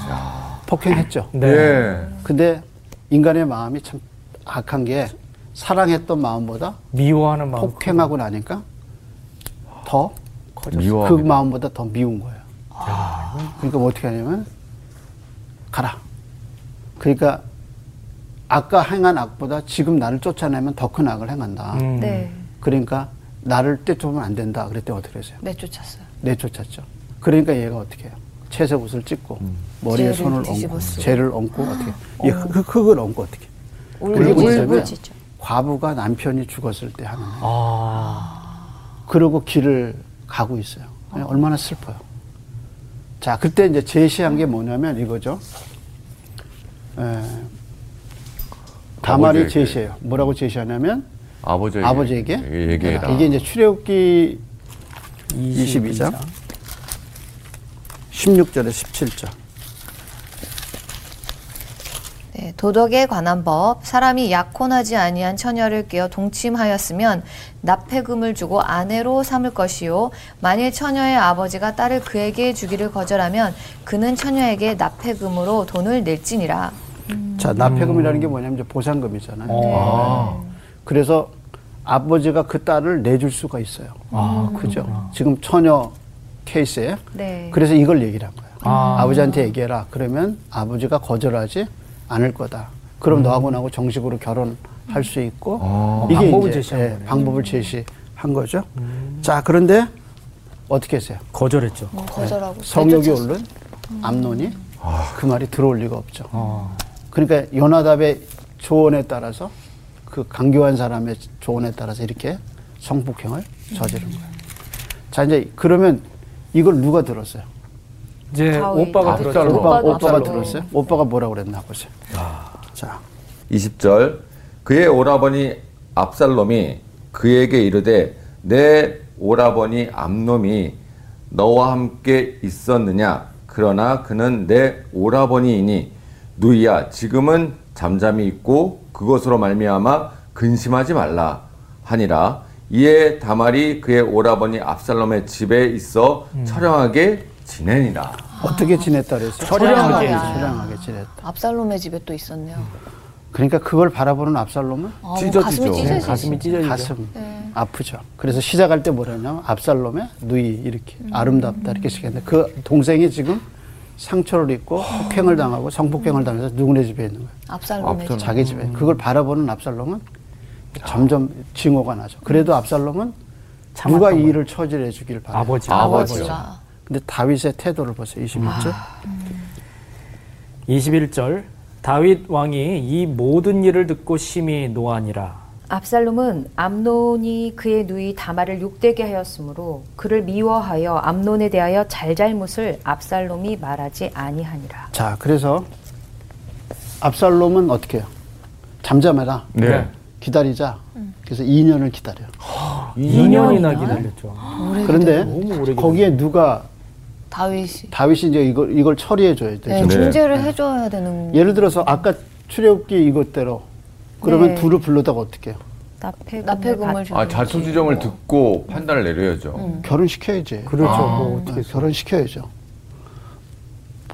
Speaker 4: 폭행했죠.
Speaker 6: 예.
Speaker 4: 근데 인간의 마음이 참 악한 게 사랑했던 마음보다
Speaker 3: 미워하는 마음
Speaker 4: 폭행하고 나니까 더 그
Speaker 6: 미워합니다.
Speaker 4: 마음보다 더 미운 거예요. 그러니까 뭐 어떻게 하냐면 가라. 그러니까 아까 행한 악보다 지금 나를 쫓아내면 더 큰 악을 행한다.
Speaker 3: 음.
Speaker 1: 네.
Speaker 4: 그러니까 나를 떼쫓으면 안 된다. 그랬더니 어떻게 했어요?
Speaker 5: 네, 내쫓았어요.
Speaker 4: 내쫓았죠. 그러니까 얘가 어떻게 해요? 채색 옷을 찢고
Speaker 6: 음.
Speaker 4: 머리에
Speaker 5: 죄를
Speaker 4: 손을 얹고
Speaker 5: 뒤집어쓰고. 아.
Speaker 4: 죄를 얹고 어떻게 예, 이 흙- 흙을 그, 얹고 어떻게
Speaker 1: 울부짖으면
Speaker 4: 울부짖으면 과부가 남편이 죽었을 때 하는 거예요.
Speaker 3: 아
Speaker 4: 그러고 길을 가고 있어요. 아니, 얼마나 슬퍼요. 자, 그때 이제 제시한 게 뭐냐면 이거죠. 에, 다말이
Speaker 6: 아버지에게.
Speaker 4: 제시해요. 뭐라고 제시하냐면
Speaker 6: 아버지에게, 예, 네.
Speaker 4: 아버지에게
Speaker 6: 얘기해라
Speaker 4: 이게 이제 출애굽기 22장 16절에 17절.
Speaker 5: 네, 예, 도덕에 관한 법 사람이 약혼하지 아니한 처녀를 끼어 동침하였으면 납폐금을 주고 아내로 삼을 것이요 만일 처녀의 아버지가 딸을 그에게 주기를 거절하면 그는 처녀에게 납폐금으로 돈을 낼지니라
Speaker 4: 자,
Speaker 3: 음.
Speaker 4: 납폐금이라는 게 뭐냐면 이제 보상금이잖아요.
Speaker 3: 어.
Speaker 4: 네.
Speaker 2: 아,
Speaker 4: 그래서 아버지가 그 딸을 내줄 수가 있어요.
Speaker 3: 아,
Speaker 4: 그죠? 지금 처녀 케이스에.
Speaker 5: 네.
Speaker 4: 그래서 이걸 얘기를 한 거예요.
Speaker 3: 아.
Speaker 4: 아. 버지한테 얘기해라. 그러면 아버지가 거절하지 않을 거다. 그럼
Speaker 3: 음.
Speaker 4: 너하고 나하고 정식으로 결혼할 수 있고
Speaker 3: 아.
Speaker 4: 예,
Speaker 3: 방법을 제시한 거네요. 음.
Speaker 4: 방법을 제시한 거죠. 자, 그런데 어떻게 했어요?
Speaker 7: 거절했죠.
Speaker 5: 거절하고
Speaker 4: 성욕이 오른 암론이
Speaker 3: 아.
Speaker 4: 그 말이 들어올 리가 없죠. 그러니까 요나답의 조언에 따라서 그 강교한 사람의 조언에 따라서 이렇게 성폭행을 저지른 거예요. 자 이제 그러면 이걸 누가 들었어요?
Speaker 3: 이제
Speaker 1: 가오이.
Speaker 3: 오빠가
Speaker 1: 아,
Speaker 3: 들었죠.
Speaker 2: 딸로.
Speaker 4: 오빠,
Speaker 1: 오빠도
Speaker 4: 오빠가
Speaker 1: 들었죠.
Speaker 4: 들었어요? 오빠가 뭐라고 그랬나 보세요. 자
Speaker 6: 20절 그의 오라버니 압살롬이 그에게 이르되 내 오라버니 암놈이 너와 함께 있었느냐 그러나 그는 내 오라버니이니 누이야 지금은 잠잠히 있고 그것으로 말미암아 근심하지 말라 하니라 이에 다말이 그의 오라버니 압살롬의 집에 있어
Speaker 2: 음.
Speaker 6: 처량하게 지내니라
Speaker 4: 어떻게 지냈다 그랬어요?
Speaker 3: 처량하게.
Speaker 4: 처량하게 지냈다.
Speaker 5: 압살롬의 집에 또 있었네요
Speaker 4: 그러니까 그걸 바라보는 압살롬은
Speaker 5: 아, 뭐
Speaker 2: 찢어지죠.
Speaker 5: 가슴이
Speaker 2: 네,
Speaker 5: 찢어지죠
Speaker 3: 가슴이 찢어지죠.
Speaker 4: 가슴 아프죠. 그래서 시작할 때 뭐라냐면 압살롬의 누이 이렇게 아름답다 이렇게 시켰는데 그 동생이 지금 상처를 입고 폭행을 당하고 성폭행을 당해서 누구네 집에 있는 거예요.
Speaker 5: 아,
Speaker 4: 그렇죠.
Speaker 5: 압살롬의 집
Speaker 4: 자기 집에
Speaker 3: 음.
Speaker 4: 그걸 바라보는 압살롬은
Speaker 3: 아.
Speaker 4: 점점 징후가 나죠. 그래도 압살롬은 누가 이 일을 처질해 주길 바라요.
Speaker 3: 아버지.
Speaker 5: 아버지가
Speaker 4: 근데 다윗의 태도를 보세요. 21절.
Speaker 7: 21절 다윗 왕이 이 모든 일을 듣고 심히 노하니라.
Speaker 1: 압살롬은 암논이 그의 누이 다말을 욕되게 하였으므로 그를 미워하여 암논에 대하여 잘잘못을 압살롬이 말하지 아니하니라.
Speaker 4: 자, 그래서 압살롬은 어떻게 해요? 잠잠해라.
Speaker 2: 네.
Speaker 4: 기다리자. 그래서 2년을 기다려요.
Speaker 3: 2년이나 기다렸죠.
Speaker 4: 그런데
Speaker 3: 너무 오래
Speaker 4: 거기에 누가
Speaker 5: 다윗이
Speaker 4: 다윗이 이제 이걸, 이걸 처리해 줘야
Speaker 5: 네,
Speaker 4: 되죠.
Speaker 5: 중재를 해줘야 되는
Speaker 4: 예를 들어서 아까 출애굽기 이것대로 그러면
Speaker 1: 네.
Speaker 4: 둘을 불러다가 어떻게 해요?
Speaker 1: 납폐금을,
Speaker 5: 납폐금을
Speaker 2: 아 자초지종을 듣고 판단을 내려야죠.
Speaker 5: 음.
Speaker 4: 결혼시켜야지.
Speaker 3: 그렇죠. 뭐 어떻게
Speaker 4: 네, 결혼시켜야죠.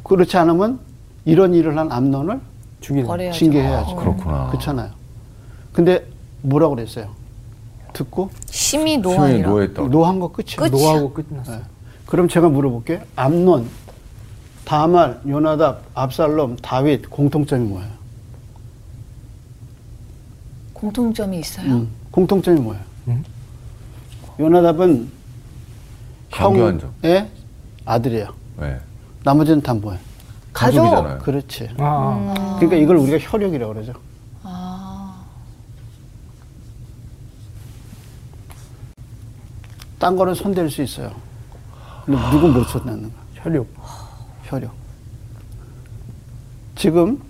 Speaker 4: 그렇지 않으면 이런 일을 한 암론을
Speaker 3: 죽이는
Speaker 5: 버려야죠 어.
Speaker 4: 징계해야죠.
Speaker 2: 그렇구나.
Speaker 4: 그렇잖아요. 근데 뭐라고 그랬어요? 듣고
Speaker 5: 심히
Speaker 2: 수명이
Speaker 5: 노안이라
Speaker 2: 노예다.
Speaker 4: 노한 거 끝이에요.
Speaker 5: 끝.
Speaker 3: 노하고 끝났어.
Speaker 4: 네. 그럼 제가 물어볼게요. 암론, 다말, 요나답, 압살롬, 다윗 공통점이 뭐예요?
Speaker 5: 공통점이 있어요.
Speaker 4: 음, 공통점이 뭐예요?
Speaker 3: 음?
Speaker 4: 요나답은
Speaker 2: 강교한 점.
Speaker 4: 형의 아들이에요.
Speaker 2: 네.
Speaker 4: 나머지는 다 뭐예요?
Speaker 2: 가족이잖아요.
Speaker 4: 그렇지.
Speaker 3: 아.
Speaker 4: 그러니까 이걸 우리가 혈육이라고 그러죠. 딴 거는 손댈 수 있어요. 근데 누군 못 손대는 거야.
Speaker 3: 혈육.
Speaker 4: 혈육. 지금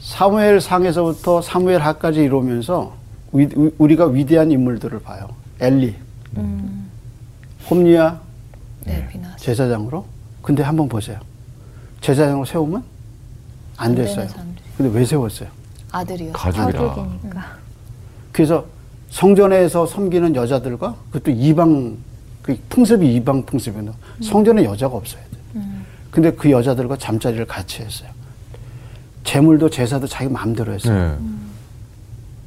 Speaker 4: 사무엘 상에서부터 사무엘 하까지 이루면서 위- 우- 우리가 위대한 인물들을 봐요. 엘리,
Speaker 5: 음.
Speaker 4: 홈리아
Speaker 5: 네, 비나스.
Speaker 4: 제사장으로. 근데 한번 보세요. 제사장으로 세우면 안
Speaker 5: 안 되는
Speaker 4: 됐어요.
Speaker 5: 사람들이.
Speaker 4: 근데 왜 세웠어요?
Speaker 5: 아들이요.
Speaker 2: 가족이라.
Speaker 1: 가족이니까.
Speaker 4: 그래서 성전에서 섬기는 여자들과 그것도 이방 그 풍습이 이방 풍습이거든. 성전에 여자가 없어야 돼.
Speaker 5: 음.
Speaker 4: 근데 그 여자들과 잠자리를 같이 했어요. 재물도 제사도 자기 마음대로 했어요.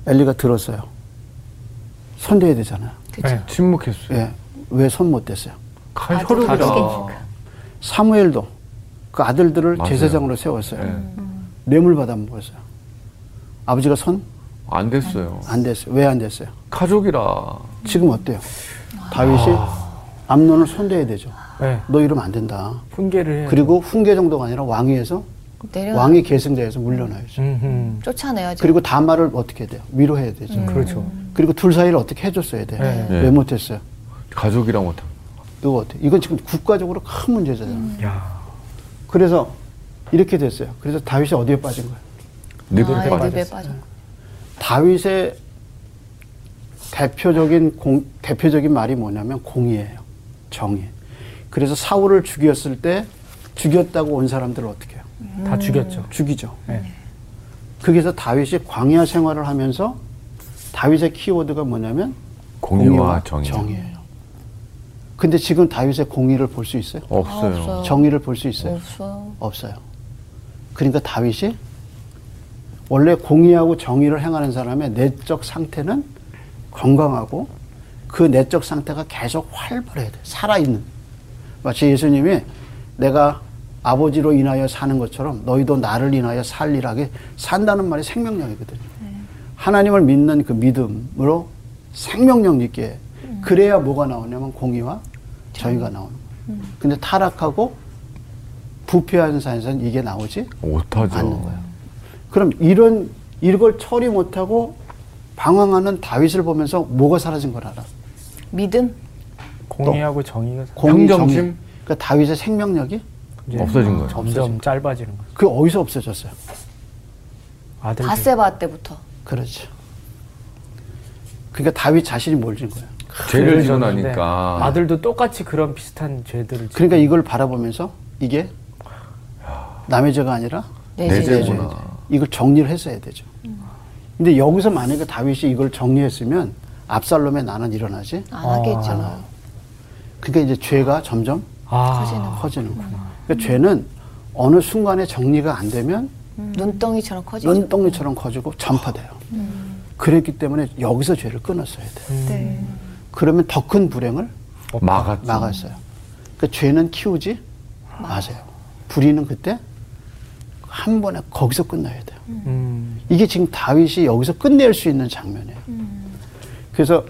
Speaker 2: 네.
Speaker 4: 엘리가 들었어요. 손대야 되잖아요.
Speaker 5: 그쵸.
Speaker 2: 침묵했어요.
Speaker 4: 예. 왜 손 못 댔어요?
Speaker 2: 가- 혈육이라.
Speaker 4: 사무엘도 그 아들들을
Speaker 2: 맞아요.
Speaker 4: 제사장으로 세웠어요.
Speaker 2: 네.
Speaker 4: 뇌물 받아 먹었어요. 아버지가 손 안
Speaker 2: 안 됐어요.
Speaker 4: 댔어요. 왜 안 댔어요?
Speaker 2: 가족이라.
Speaker 4: 지금 어때요? 다윗이 암론을 손대야 되죠.
Speaker 7: 예.
Speaker 3: 네.
Speaker 4: 너 이러면 안 된다.
Speaker 3: 훈계를 해.
Speaker 4: 그리고 훈계 정도가 아니라 왕위에서
Speaker 5: 내려
Speaker 4: 왕위 계승자에서 물려놔야죠.
Speaker 3: 음흠.
Speaker 5: 쫓아내야지.
Speaker 4: 그리고 다말을 어떻게 해야 돼요? 위로해야 되죠.
Speaker 3: 그렇죠.
Speaker 4: 그리고 둘 사이를 어떻게 해줬어야 돼요?
Speaker 3: 네.
Speaker 2: 네.
Speaker 4: 왜 못했어요?
Speaker 2: 가족이라 못함.
Speaker 4: 이거 어때? 이건 지금 국가적으로 큰 문제잖아요.
Speaker 3: 음. 야.
Speaker 4: 그래서 이렇게 됐어요. 그래서 다윗이 어디에 빠진 거예요?
Speaker 6: 네
Speaker 2: 늙은
Speaker 5: 아,
Speaker 2: 빠
Speaker 5: 늪에 빠져.
Speaker 4: 다윗의 대표적인 공- 대표적인 말이 뭐냐면 공의예요. 정의. 그래서 사울을 죽였을 때 죽였다고 온 사람들을 어떻게 해요?
Speaker 3: 다 죽였죠.
Speaker 7: 예.
Speaker 4: 죽이죠.
Speaker 3: 네.
Speaker 4: 거기서 다윗이 광야 생활을 하면서 다윗의 키워드가 뭐냐면
Speaker 2: 공의와 정의.
Speaker 4: 정의예요. 근데 지금 다윗의 공의를 볼 수 있어요?
Speaker 2: 없어요.
Speaker 4: 정의를 볼 수 있어요?
Speaker 5: 없어요.
Speaker 4: 없어요. 그러니까 다윗이 원래 공의하고 정의를 행하는 사람의 내적 상태는 건강하고 그 내적 상태가 계속 활발해야 돼. 살아있는. 마치 예수님이 내가 아버지로 인하여 사는 것처럼 너희도 나를 인하여 살리라게 산다는 말이 생명력이거든요. 하나님을 믿는 그 믿음으로 생명력 있게 그래야 뭐가 나오냐면 공의와 음. 정의가 음. 나오는 거예요. 근데 타락하고 부패한 사회에서는 이게 나오지
Speaker 2: 못하죠.
Speaker 4: 않는 거예요. 그럼 이런 이걸 처리 못하고 방황하는 다윗을 보면서 뭐가 사라진 걸 알아?
Speaker 5: 믿음?
Speaker 7: 공의하고 정의가
Speaker 4: 공의,
Speaker 2: 평정심?
Speaker 4: 정의. 그러니까 다윗의 생명력이
Speaker 7: 이제
Speaker 2: 없어진 거예요.
Speaker 7: 점점 짧아지는 거죠.
Speaker 4: 그 어디서 없어졌어요?
Speaker 7: 아들
Speaker 5: 바세바 때부터.
Speaker 4: 그렇죠. 그러니까 다윗 자신이 몰린 거예요. 네.
Speaker 2: 죄를 전하니까.
Speaker 7: 아들도 똑같이 그런 비슷한 죄들을 지금
Speaker 4: 그러니까 이걸 바라보면서 이게 남의 죄가 아니라
Speaker 5: 내
Speaker 4: 내
Speaker 5: 죄.
Speaker 4: 죄. 이걸 정리를 했어야 되죠. 근데 여기서 만약에 다윗이 이걸 정리했으면 압살롬의 나는 일어나지
Speaker 5: 안 하겠죠.
Speaker 4: 그러니까 이제 죄가 점점
Speaker 7: 아,
Speaker 4: 커지는 거예요. 그러니까 죄는 어느 순간에 정리가 안 되면
Speaker 5: 음. 눈덩이처럼 커지죠.
Speaker 4: 연덩이처럼 커지고 전파돼요. 음. 그랬기 때문에 여기서 죄를 끊었어야 돼요.
Speaker 5: 네.
Speaker 4: 그러면 더 큰 불행을
Speaker 2: 막았죠.
Speaker 4: 막았어요. 그러니까 죄는 키우지 마세요. 불의는 그때 한 번에 거기서 끝나야 돼요.
Speaker 7: 음,
Speaker 4: 이게 지금 다윗이 여기서 끝낼 수 있는 장면이에요. 그래서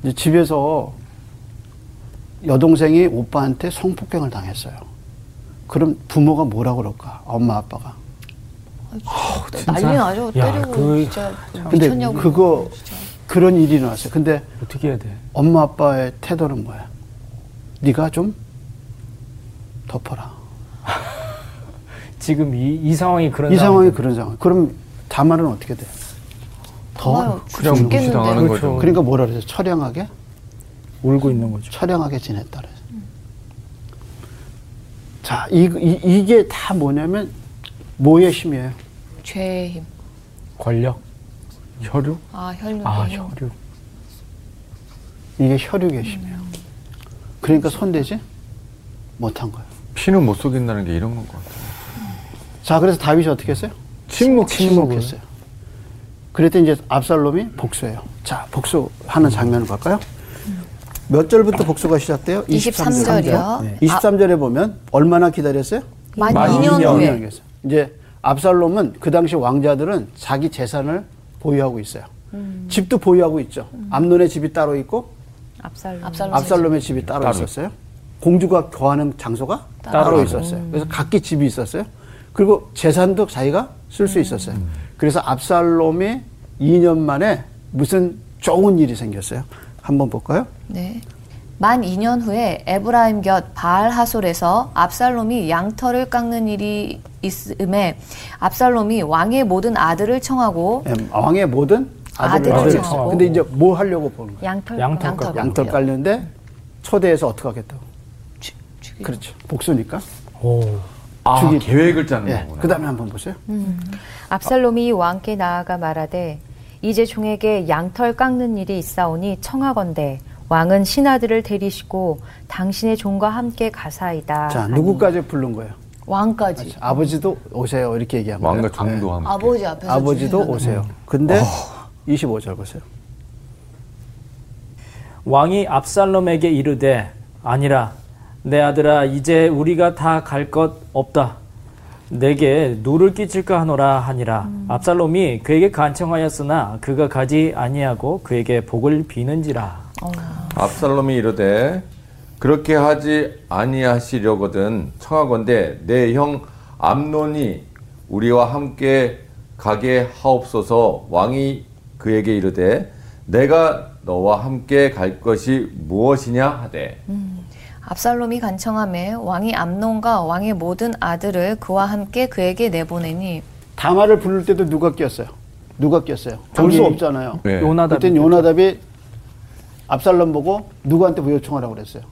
Speaker 4: 이제 집에서 여동생이 오빠한테 성폭행을 당했어요. 그럼 부모가 뭐라 그럴까? 엄마 아빠가.
Speaker 5: 난리 나죠.
Speaker 7: 야,
Speaker 5: 때리고
Speaker 7: 그-
Speaker 5: 진짜
Speaker 4: 근데
Speaker 5: 미쳤냐고.
Speaker 4: 그거 그런 일이 나왔어요. 근데
Speaker 7: 어떻게 해야 돼?
Speaker 4: 엄마 아빠의 태도는 뭐야? 네가 좀 덮어라.
Speaker 7: 지금 이, 이 상황이 그런
Speaker 4: 이 상황이
Speaker 7: 상황이-
Speaker 4: 그런 상황. 그럼 자만은 어떻게 돼?
Speaker 5: 아유,
Speaker 4: 더
Speaker 2: 그냥
Speaker 5: 어,
Speaker 7: 그렇죠.
Speaker 5: 죽겠는데.
Speaker 2: 무시당하는 거죠.
Speaker 4: 그러니까 뭐라 그래서 처량하게
Speaker 7: 울고 있는 거죠.
Speaker 4: 처량하게 지냈다 그래서. 자, 이, 이, 게다 뭐냐면 뭐의 힘이에요?
Speaker 5: 죄의 힘.
Speaker 7: 권력,
Speaker 2: 혈육?
Speaker 5: 아, 혈육.
Speaker 7: 아,
Speaker 5: 혈육.
Speaker 7: 혈육.
Speaker 4: 이게 혈육의
Speaker 5: 음.
Speaker 4: 힘이에요. 그러니까 손대지 못한 거예요.
Speaker 2: 피는 못 속인다는 게 이런 건 것 같아요.
Speaker 4: 자, 그래서 다윗이 어떻게 했어요?
Speaker 7: 침묵,
Speaker 4: 침묵했어요. 그랬더니 이제 압살롬이 복수해요. 자, 복수하는 장면을 볼까요? 몇 절부터 복수가 시작돼요?
Speaker 5: 23 절이요. 네.
Speaker 4: 23절에 보면 얼마나 기다렸어요?
Speaker 5: 만
Speaker 2: 만
Speaker 5: 2년
Speaker 2: 이년.
Speaker 5: 후에.
Speaker 4: 이제 이제 압살롬은 그 당시 왕자들은 자기 재산을 보유하고 있어요. 집도 보유하고 있죠. 암논의 집이 따로 있고
Speaker 1: 압살롬.
Speaker 5: 압살롬.
Speaker 4: 압살롬의 집이 따로,
Speaker 2: 따로.
Speaker 4: 있었어요. 공주가 교하는 장소가 따로,
Speaker 7: 따로
Speaker 4: 있었어요. 음. 그래서 각기 집이 있었어요. 그리고 재산도 자기가 쓸 수 있었어요. 그래서 압살롬이 2년 만에 무슨 좋은 일이 생겼어요. 한번 볼까요?
Speaker 5: 네. 만 2년 후에 에브라임 곁 바알 하솔에서 압살롬이 양털을 깎는 일이 있음에 압살롬이 왕의 모든 아들을 청하고
Speaker 4: 음, 왕의 모든 아들을
Speaker 5: 아들을
Speaker 4: 낳았어요.
Speaker 5: 청하고.
Speaker 4: 근데 이제 뭐 하려고 보는 거예요?
Speaker 1: 양털.
Speaker 7: 양털
Speaker 5: 양털
Speaker 7: 깎아.
Speaker 4: 어, 양털 깔렸는데 초대해서 어떻게 하겠다고?
Speaker 5: 죽- 죽이고
Speaker 4: 그렇죠. 복수니까.
Speaker 7: 오,
Speaker 2: 아,
Speaker 4: 죽이-
Speaker 2: 계획을 짜는
Speaker 4: 예.
Speaker 2: 거구나.
Speaker 4: 그 다음에 한번 보세요.
Speaker 1: 압살롬이 왕께 나아가 말하되 이제 종에게 양털 깎는 일이 있사오니 청하건대 왕은 신하들을 데리시고 당신의 종과 함께 가사이다.
Speaker 4: 자,
Speaker 1: 하니.
Speaker 4: 누구까지 부른 거예요?
Speaker 5: 왕까지
Speaker 4: 아버지도 오세요. 이렇게 얘기한 거예요.
Speaker 2: 왕과 정도 어. 함께.
Speaker 5: 아버지 앞에서
Speaker 4: 아버지도
Speaker 5: 죽이려고.
Speaker 4: 오세요. 근데 25절 보세요.
Speaker 7: 왕이 압살롬에게 이르되 아니라 내 아들아 이제 우리가 다 갈 것 없다 내게 누를 끼칠까 하노라 하니라
Speaker 5: 음.
Speaker 7: 압살롬이 그에게 간청하였으나 그가 가지 아니하고 그에게 복을 비는지라
Speaker 6: 압살롬이 이르되 그렇게 하지 아니하시려거든 청하건대 내 형 암논이 우리와 함께 가게 하옵소서 왕이 그에게 이르되 내가 너와 함께 갈 것이 무엇이냐 하되
Speaker 5: 압살롬이 간청함에 왕이 암논과 왕의 모든 아들을 그와 함께 그에게 내보내니
Speaker 4: 다마를 부를 때도 누가 꼈어요? 누가 꼈어요? 볼 수 없잖아요.
Speaker 2: 예.
Speaker 7: 요나답이
Speaker 4: 그땐 요나답이 압살롬 보고 누구한테 부요청하라고 그랬어요?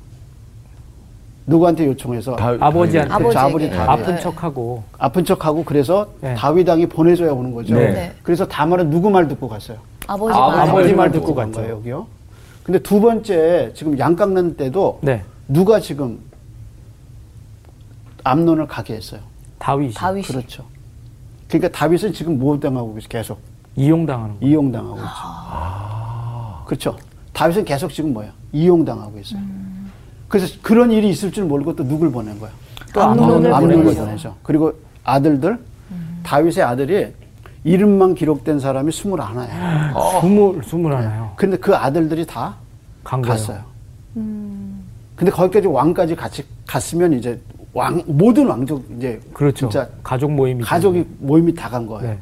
Speaker 4: 누구한테 요청해서
Speaker 2: 다-
Speaker 3: 아버지한테
Speaker 4: 그렇죠.
Speaker 5: 아버지에게.
Speaker 4: 아버지 다윗.
Speaker 5: 네.
Speaker 3: 아픈 척하고
Speaker 4: 아픈 척하고 그래서
Speaker 3: 네.
Speaker 4: 다윗 왕이 보내줘야 오는 거죠.
Speaker 3: 네.
Speaker 5: 네.
Speaker 4: 그래서 다말은 누구 말 듣고 갔어요?
Speaker 5: 아버지
Speaker 2: 아버지
Speaker 5: 말.
Speaker 3: 아버지 말
Speaker 4: 듣고
Speaker 3: 듣고
Speaker 4: 간
Speaker 3: 갔죠.
Speaker 4: 거예요 여기요. 근데 두 번째 지금 양 깎는 때도
Speaker 7: 네.
Speaker 4: 누가 지금 암론을 가게 했어요.
Speaker 7: 다윗이
Speaker 5: 다윗이
Speaker 4: 그렇죠. 그러니까 다윗은 지금 뭐 당하고 있어 계속
Speaker 7: 이용당하는 거.
Speaker 4: 이용당하고 있죠.
Speaker 7: 아.
Speaker 4: 그렇죠. 다윗은 계속 지금 뭐예요? 이용당하고 있어요. 그래서 그런 일이 있을 줄 모르고 또 누굴 보낸 거예요?
Speaker 5: 또 암논을 보낸
Speaker 4: 암론을
Speaker 5: 거죠. 음.
Speaker 4: 보내죠. 그리고 아들들 다윗의 아들이 이름만 기록된 사람이 스물 하나예요.
Speaker 7: 스물 스물 하나요.
Speaker 4: 근데 그 아들들이 다
Speaker 7: 간 거예요.
Speaker 4: 갔어요.
Speaker 5: 음.
Speaker 4: 근데 거기까지 왕까지 같이 갔으면 이제 왕 모든 왕족 이제
Speaker 7: 그렇죠. 네.
Speaker 4: 진짜
Speaker 7: 가족 네. 모임이
Speaker 4: 가족이 모임이 다 간 거예요.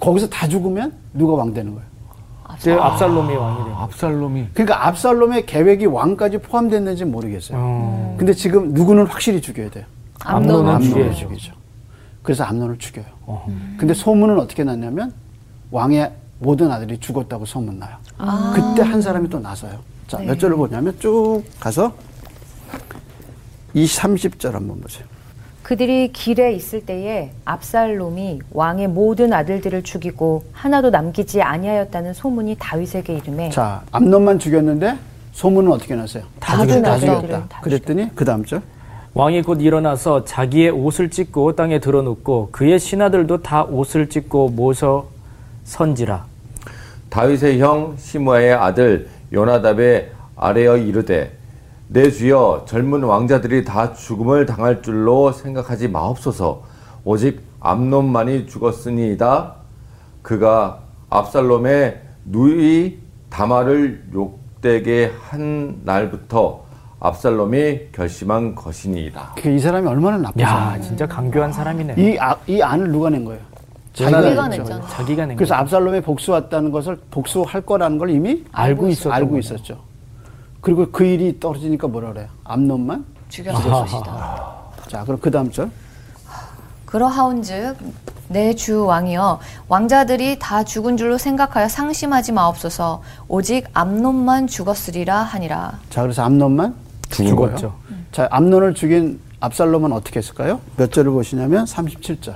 Speaker 4: 거기서 다 죽으면 누가 왕 되는 거예요? 아,
Speaker 7: 이제 압살롬이 왕이 돼요.
Speaker 2: 압살롬이
Speaker 4: 그러니까 압살롬의 계획이 왕까지 포함됐는지 모르겠어요.
Speaker 7: 어,
Speaker 4: 근데 지금 누구는 확실히 죽여야 돼요.
Speaker 7: 암론은
Speaker 5: 암논.
Speaker 4: 음. 암론을
Speaker 7: 죽여야죠.
Speaker 4: 죽이죠. 그래서 암론을 죽여요. 근데 소문은 어떻게 났냐면 왕의 모든 아들이 죽었다고 소문 나요. 그때 한 사람이 또 나서요. 자, 몇 절을 보냐면 쭉 가서 이 30절 한번 보세요.
Speaker 1: 그들이 길에 있을 때에 압살롬이 왕의 모든 아들들을 죽이고 하나도 남기지 아니하였다는 소문이 다윗에게 이르매
Speaker 4: 자, 암론만 죽였는데 소문은 어떻게 났어요?
Speaker 1: 다 죽였다.
Speaker 4: 다
Speaker 1: 그래,
Speaker 4: 죽였다.
Speaker 1: 다
Speaker 4: 그랬더니 그 다음 절.
Speaker 7: 왕이 곧 일어나서 자기의 옷을 찢고 땅에 드러눕고 그의 신하들도 다 옷을 찢고 모서 선지라.
Speaker 6: 다윗의 형 시므아의 아들 요나답의 아래여 이르되 내 주여 젊은 왕자들이 다 죽음을 당할 줄로 생각하지 마옵소서 오직 암론만이 죽었으니이다 그가 압살롬의 누이 다마를 욕되게 한 날부터 압살롬이 결심한 것이니이다
Speaker 4: 그 이 사람이 얼마나 나쁜
Speaker 7: 야,
Speaker 4: 사람이에요.
Speaker 7: 진짜 강교한 사람이네.
Speaker 4: 이, 음. 아, 이 안을 누가 낸 거예요? 자기가
Speaker 5: 자기가
Speaker 4: 낸 거죠.
Speaker 5: 냈잖아.
Speaker 7: 자기가 낸
Speaker 4: 그래서
Speaker 7: 거예요.
Speaker 4: 압살롬의 복수왔다는 것을 복수할 거라는 걸 이미
Speaker 7: 알고 있었던
Speaker 4: 알고
Speaker 7: 거네요.
Speaker 4: 있었죠. 그리고 그 일이 떨어지니까 뭐라 그래요? 암론만?
Speaker 5: 죽였으시다.
Speaker 4: 자, 그럼 그 다음 절.
Speaker 5: 그러하온즉 내 주 왕이여 왕자들이 다 죽은 줄로 생각하여 상심하지 마옵소서 오직 암론만 죽었으리라 하니라.
Speaker 4: 자, 그래서 암론만?
Speaker 7: 죽었죠.
Speaker 4: 자, 암론을 죽인 압살롬은 어떻게 했을까요? 몇 절을 보시냐면 37절.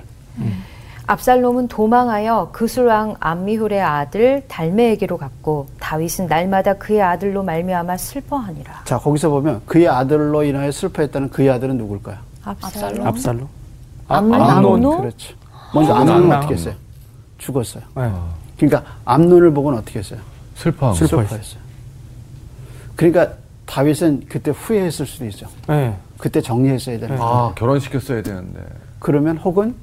Speaker 1: 압살롬은 도망하여 그술왕 암미훌의 아들 달메에게로 갔고 다윗은 날마다 그의 아들로 말미암아 슬퍼하니라.
Speaker 4: 자, 거기서 보면 그의 아들로 인하여 슬퍼했다는 그의 아들은 누굴까요?
Speaker 5: 압살롬.
Speaker 7: 압살롬.
Speaker 5: 암론. 암론?
Speaker 4: 그렇죠. 먼저 암론은 어떻게 했어요? 죽었어요.
Speaker 7: 네.
Speaker 4: 그러니까 암론을 보고는 어떻게 했어요?
Speaker 2: 슬퍼한 거.
Speaker 4: 슬퍼했어요. 그러니까 다윗은 그때 후회했을 수도 있죠.
Speaker 7: 네.
Speaker 4: 그때 정리했어야 되는 거.
Speaker 2: 아 결혼시켰어야 되는데
Speaker 4: 그러면 혹은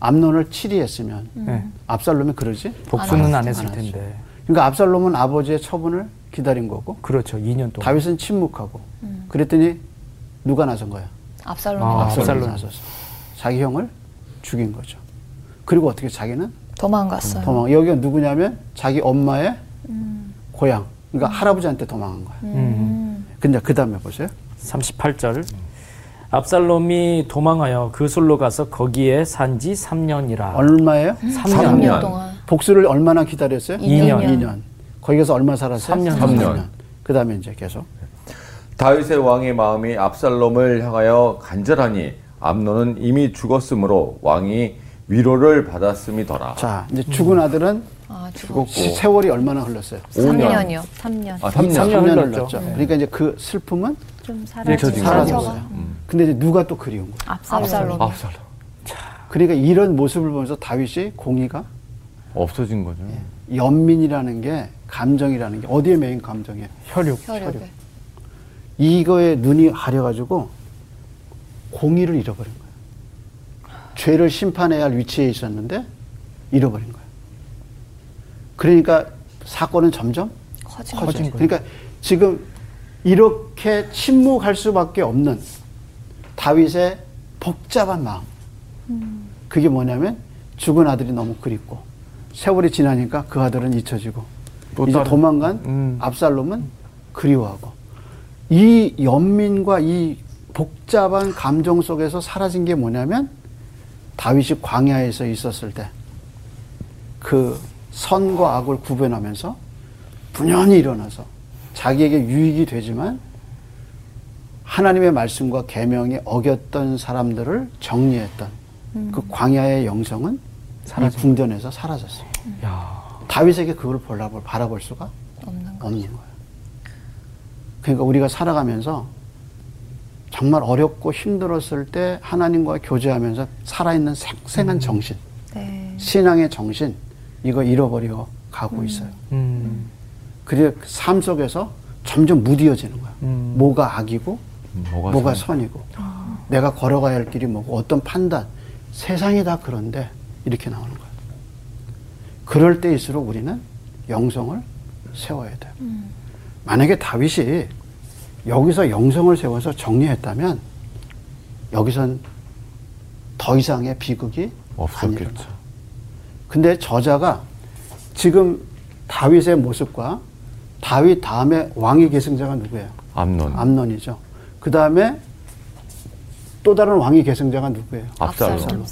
Speaker 4: 암론을 치리했으면
Speaker 7: 네.
Speaker 4: 압살롬이 그러지?
Speaker 7: 복수는 안 했을
Speaker 4: 안 하죠.
Speaker 7: 텐데.
Speaker 4: 그러니까 압살롬은 아버지의 처분을 기다린 거고
Speaker 7: 그렇죠. 2년 동안.
Speaker 4: 다윗은 침묵하고 그랬더니 누가 나선 거야?
Speaker 5: 압살롬.
Speaker 7: 아,
Speaker 4: 압살롬이
Speaker 7: 압살롬.
Speaker 4: 나서서 자기 형을 죽인 거죠. 그리고 어떻게 자기는
Speaker 5: 도망갔어요.
Speaker 4: 도망. 여기가 누구냐면 자기 엄마의 고향. 그러니까 할아버지한테 도망한 거야. 근데 그 다음에 보세요.
Speaker 7: 38절. 압살롬이 도망하여 그술로 가서 거기에 산지 3년이라.
Speaker 4: 얼마예요?
Speaker 5: 3년,
Speaker 6: 삼 년.
Speaker 5: 동안
Speaker 4: 복수를 얼마나 기다렸어요?
Speaker 5: 음. 이 년.
Speaker 4: 2년. 거기서 얼마 살았어요?
Speaker 7: 삼 년.
Speaker 6: 삼 년.
Speaker 4: 그 다음에 이제 계속.
Speaker 6: 다윗의 왕의 마음이 압살롬을 향하여 간절하니 암논은 이미 죽었으므로 왕이 위로를 받았음이더라.
Speaker 4: 자, 이제 죽은 아들은
Speaker 5: 아, 죽었고.
Speaker 6: 죽었고
Speaker 4: 시- 세월이 얼마나 흘렀어요?
Speaker 5: 3년이요.
Speaker 1: 3년.
Speaker 6: 아, 3년.
Speaker 7: 삼-
Speaker 4: 3년
Speaker 7: 흘렀죠.
Speaker 4: 흘렀죠.
Speaker 7: 네.
Speaker 4: 그러니까 이제 그 슬픔은
Speaker 1: 좀
Speaker 6: 네,
Speaker 1: 사라진
Speaker 2: 잊혀진 거죠.
Speaker 4: 사라진
Speaker 5: 상처가.
Speaker 4: 거예요. 근데 이제 누가 또 그리운 거예요?
Speaker 5: 압살롬.
Speaker 6: 아,
Speaker 2: 압살롬
Speaker 5: 아.
Speaker 4: 그러니까 이런 모습을 보면서 다윗이 공의가
Speaker 2: 없어진 거죠.
Speaker 6: 예.
Speaker 4: 연민이라는 게 감정이라는 게 어디에 매인 감정이에요?
Speaker 7: 혈육.
Speaker 5: 혈육에.
Speaker 4: 이거에 눈이 가려가지고 공의를 잃어버린 거예요. 죄를 심판해야 할 위치에 있었는데 잃어버린 거예요. 그러니까 사건은 점점
Speaker 5: 커진
Speaker 4: 커진 거예요. 그러니까 지금 이렇게 침묵할 수밖에 없는 다윗의 복잡한 마음. 그게 뭐냐면 죽은 아들이 너무 그립고 세월이 지나니까 그 아들은 잊혀지고
Speaker 2: 또
Speaker 4: 이제
Speaker 2: 다른-
Speaker 4: 도망간
Speaker 2: 음.
Speaker 4: 압살롬은 그리워하고 이 연민과 이 복잡한 감정 속에서 사라진 게 뭐냐면 다윗이 광야에서 있었을 때 그 선과 악을 구분하면서 분연히 일어나서 자기에게 유익이 되지만 하나님의 말씀과 계명이 어겼던 사람들을 정리했던 그 광야의 영성은 이 궁전에서 사라졌어요. 다윗에게 그걸 볼라볼- 바라볼 수가 음. 없는, 거예요. 그러니까 우리가 살아가면서 정말 어렵고 힘들었을 때 하나님과 교제하면서 살아있는 생생한 정신,
Speaker 5: 네.
Speaker 4: 신앙의 정신 이거 잃어버려 가고 있어요.
Speaker 3: 음.
Speaker 4: 그리고 삶 속에서 점점 무디어지는 거야. 뭐가 악이고, 음. 뭐가, 선이고, 내가 걸어가야 할 길이 뭐고, 어떤 판단, 세상이 다 그런데 이렇게 나오는 거야. 그럴 때일수록 우리는 영성을 세워야 돼. 요 만약에 다윗이 여기서 영성을 세워서 정리했다면 여기선 더 이상의 비극이 안
Speaker 6: 없었겠죠.
Speaker 4: 일어나. 근데 저자가 지금 다윗의 모습과 다윗 다음에 왕의 계승자가 누구예요?
Speaker 6: 암논.
Speaker 4: 암론이죠. 그 다음에 또 다른 왕의 계승자가 누구예요?
Speaker 6: 아. 압살롬.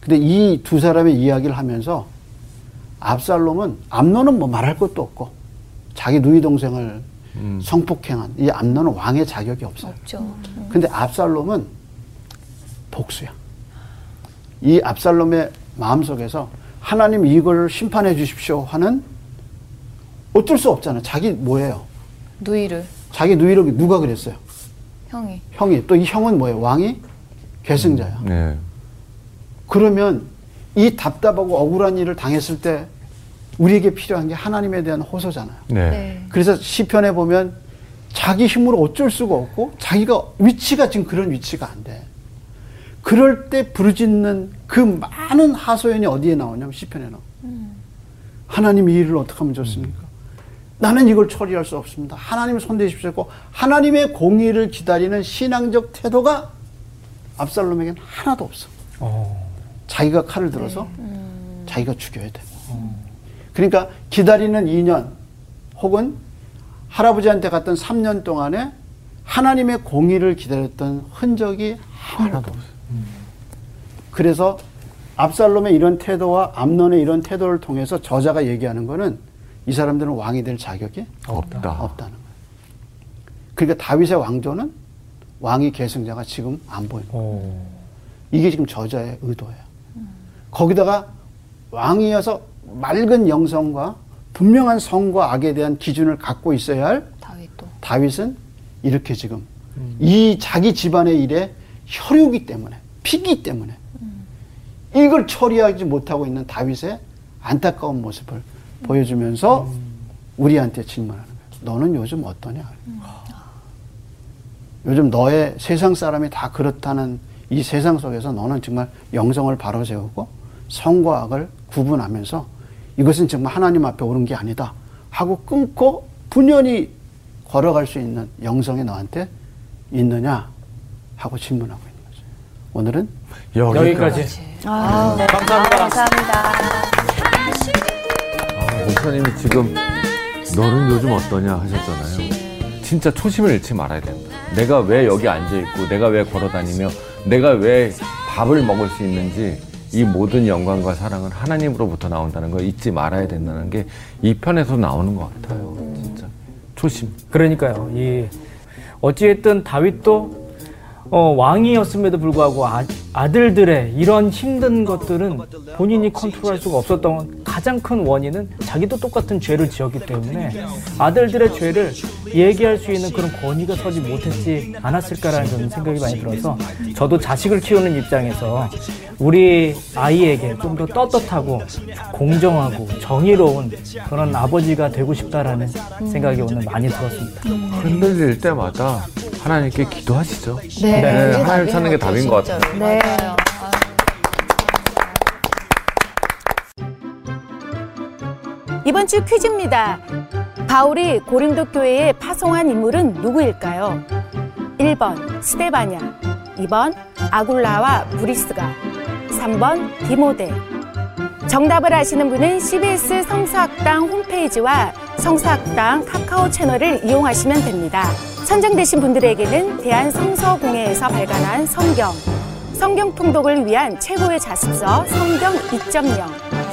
Speaker 4: 근데 이 두 사람의 이야기를 하면서 압살롬은 암론은 뭐 말할 것도 없고 자기 누이 동생을
Speaker 6: 음.
Speaker 4: 성폭행한 이 암론은 왕의 자격이 없어요.
Speaker 5: 없죠.
Speaker 4: 근데 압살롬은 복수야. 이 압살롬의 마음속에서 하나님 이걸 심판해 주십시오 하는 어쩔 수 없잖아. 자기 뭐예요?
Speaker 5: 누이를
Speaker 4: 자기 누이를 누가 그랬어요?
Speaker 5: 형이
Speaker 4: 형이. 또 이 형은 뭐예요? 왕이 계승자야.
Speaker 6: 네.
Speaker 4: 그러면 이 답답하고 억울한 일을 당했을 때 우리에게 필요한 게 하나님에 대한 호소잖아요.
Speaker 6: 네.
Speaker 4: 그래서 시편에 보면 자기 힘으로 어쩔 수가 없고 자기가 위치가 지금 그런 위치가 안 돼. 그럴 때 부르짖는 그 많은 하소연이 어디에 나오냐면 시편에 나와. 하나님 이 일을 어떻게 하면 좋습니까? 나는 이걸 처리할 수 없습니다. 하나님 손대십시오. 했고 하나님의 공의를 기다리는 신앙적 태도가 압살롬에겐 하나도 없어.
Speaker 3: 어.
Speaker 4: 자기가 칼을 들어서 자기가 죽여야 돼. 그러니까 기다리는 2년 혹은 할아버지한테 갔던 3년 동안에 하나님의 공의를 기다렸던 흔적이 하나도 없어요. 그래서 압살롬의 이런 태도와 암론의 이런 태도를 통해서 저자가 얘기하는 거는 이 사람들은 왕이 될 자격이
Speaker 6: 없다.
Speaker 4: 없다는 거예요. 그러니까 다윗의 왕조는 왕이 계승자가 지금 안 보이는 거예요.
Speaker 3: 어.
Speaker 4: 이게 지금 저자의 의도예요. 거기다가 왕이어서 맑은 영성과 분명한 성과 악에 대한 기준을 갖고 있어야 할
Speaker 5: 다윗도
Speaker 4: 다윗은 이렇게 지금 이 자기 집안의 일에 혈육이 때문에 피기 때문에 이걸 처리하지 못하고 있는 다윗의 안타까운 모습을 보여주면서 우리한테 질문하는 거예요. 너는 요즘 어떠냐? 요즘 너의 세상 사람이 다 그렇다는 이 세상 속에서 너는 정말 영성을 바로 세우고 성과 악을 구분하면서 이것은 정말 하나님 앞에 옳은 게 아니다 하고 끊고 분연히 걸어갈 수 있는 영성이 너한테 있느냐 하고 질문하고 있는 거죠. 오늘은
Speaker 3: 여기까지.
Speaker 6: 목사님이 지금 너는 요즘 어떠냐 하셨잖아요. 진짜 초심을 잃지 말아야 된다. 내가 왜 여기 앉아 있고, 내가 왜 걸어 다니며, 내가 왜 밥을 먹을 수 있는지 이 모든 영광과 사랑은 하나님으로부터 나온다는 걸 잊지 말아야 된다는 게 이 편에서 나오는 것 같아요. 진짜 초심.
Speaker 3: 그러니까요. 이 어찌했든 다윗도 어, 왕이었음에도 불구하고 아, 들들의 이런 힘든 것들은 본인이 컨트롤할 수가 없었던 가장 큰 원인은 자기도 똑같은 죄를 지었기 때문에 아들들의 죄를 얘기할 수 있는 그런 권위가 서지 못했지 않았을까라는 저는 생각이 많이 들어서 저도 자식을 키우는 입장에서 우리 아이에게 좀 더 떳떳하고 공정하고 정의로운 그런 아버지가 되고 싶다라는 생각이 오늘 많이 들었습니다.
Speaker 2: 흔들릴 때마다 하나님께 기도하시죠.
Speaker 5: 네,
Speaker 6: 네, 하나님 찾는 게 답인 것 같아요.
Speaker 5: 네.
Speaker 8: 이번 주 퀴즈입니다. 바울이 고린도 교회에 파송한 인물은 누구일까요? 1번 스테바냐, 2번 아굴라와 브리스가, 3번 디모데. 정답을 아시는 분은 CBS 성서학당 홈페이지와 성서학당 카카오 채널을 이용하시면 됩니다. 선정되신 분들에게는 대한성서공회에서 발간한 성경, 성경 통독을 위한 최고의 자습서 성경 2.0,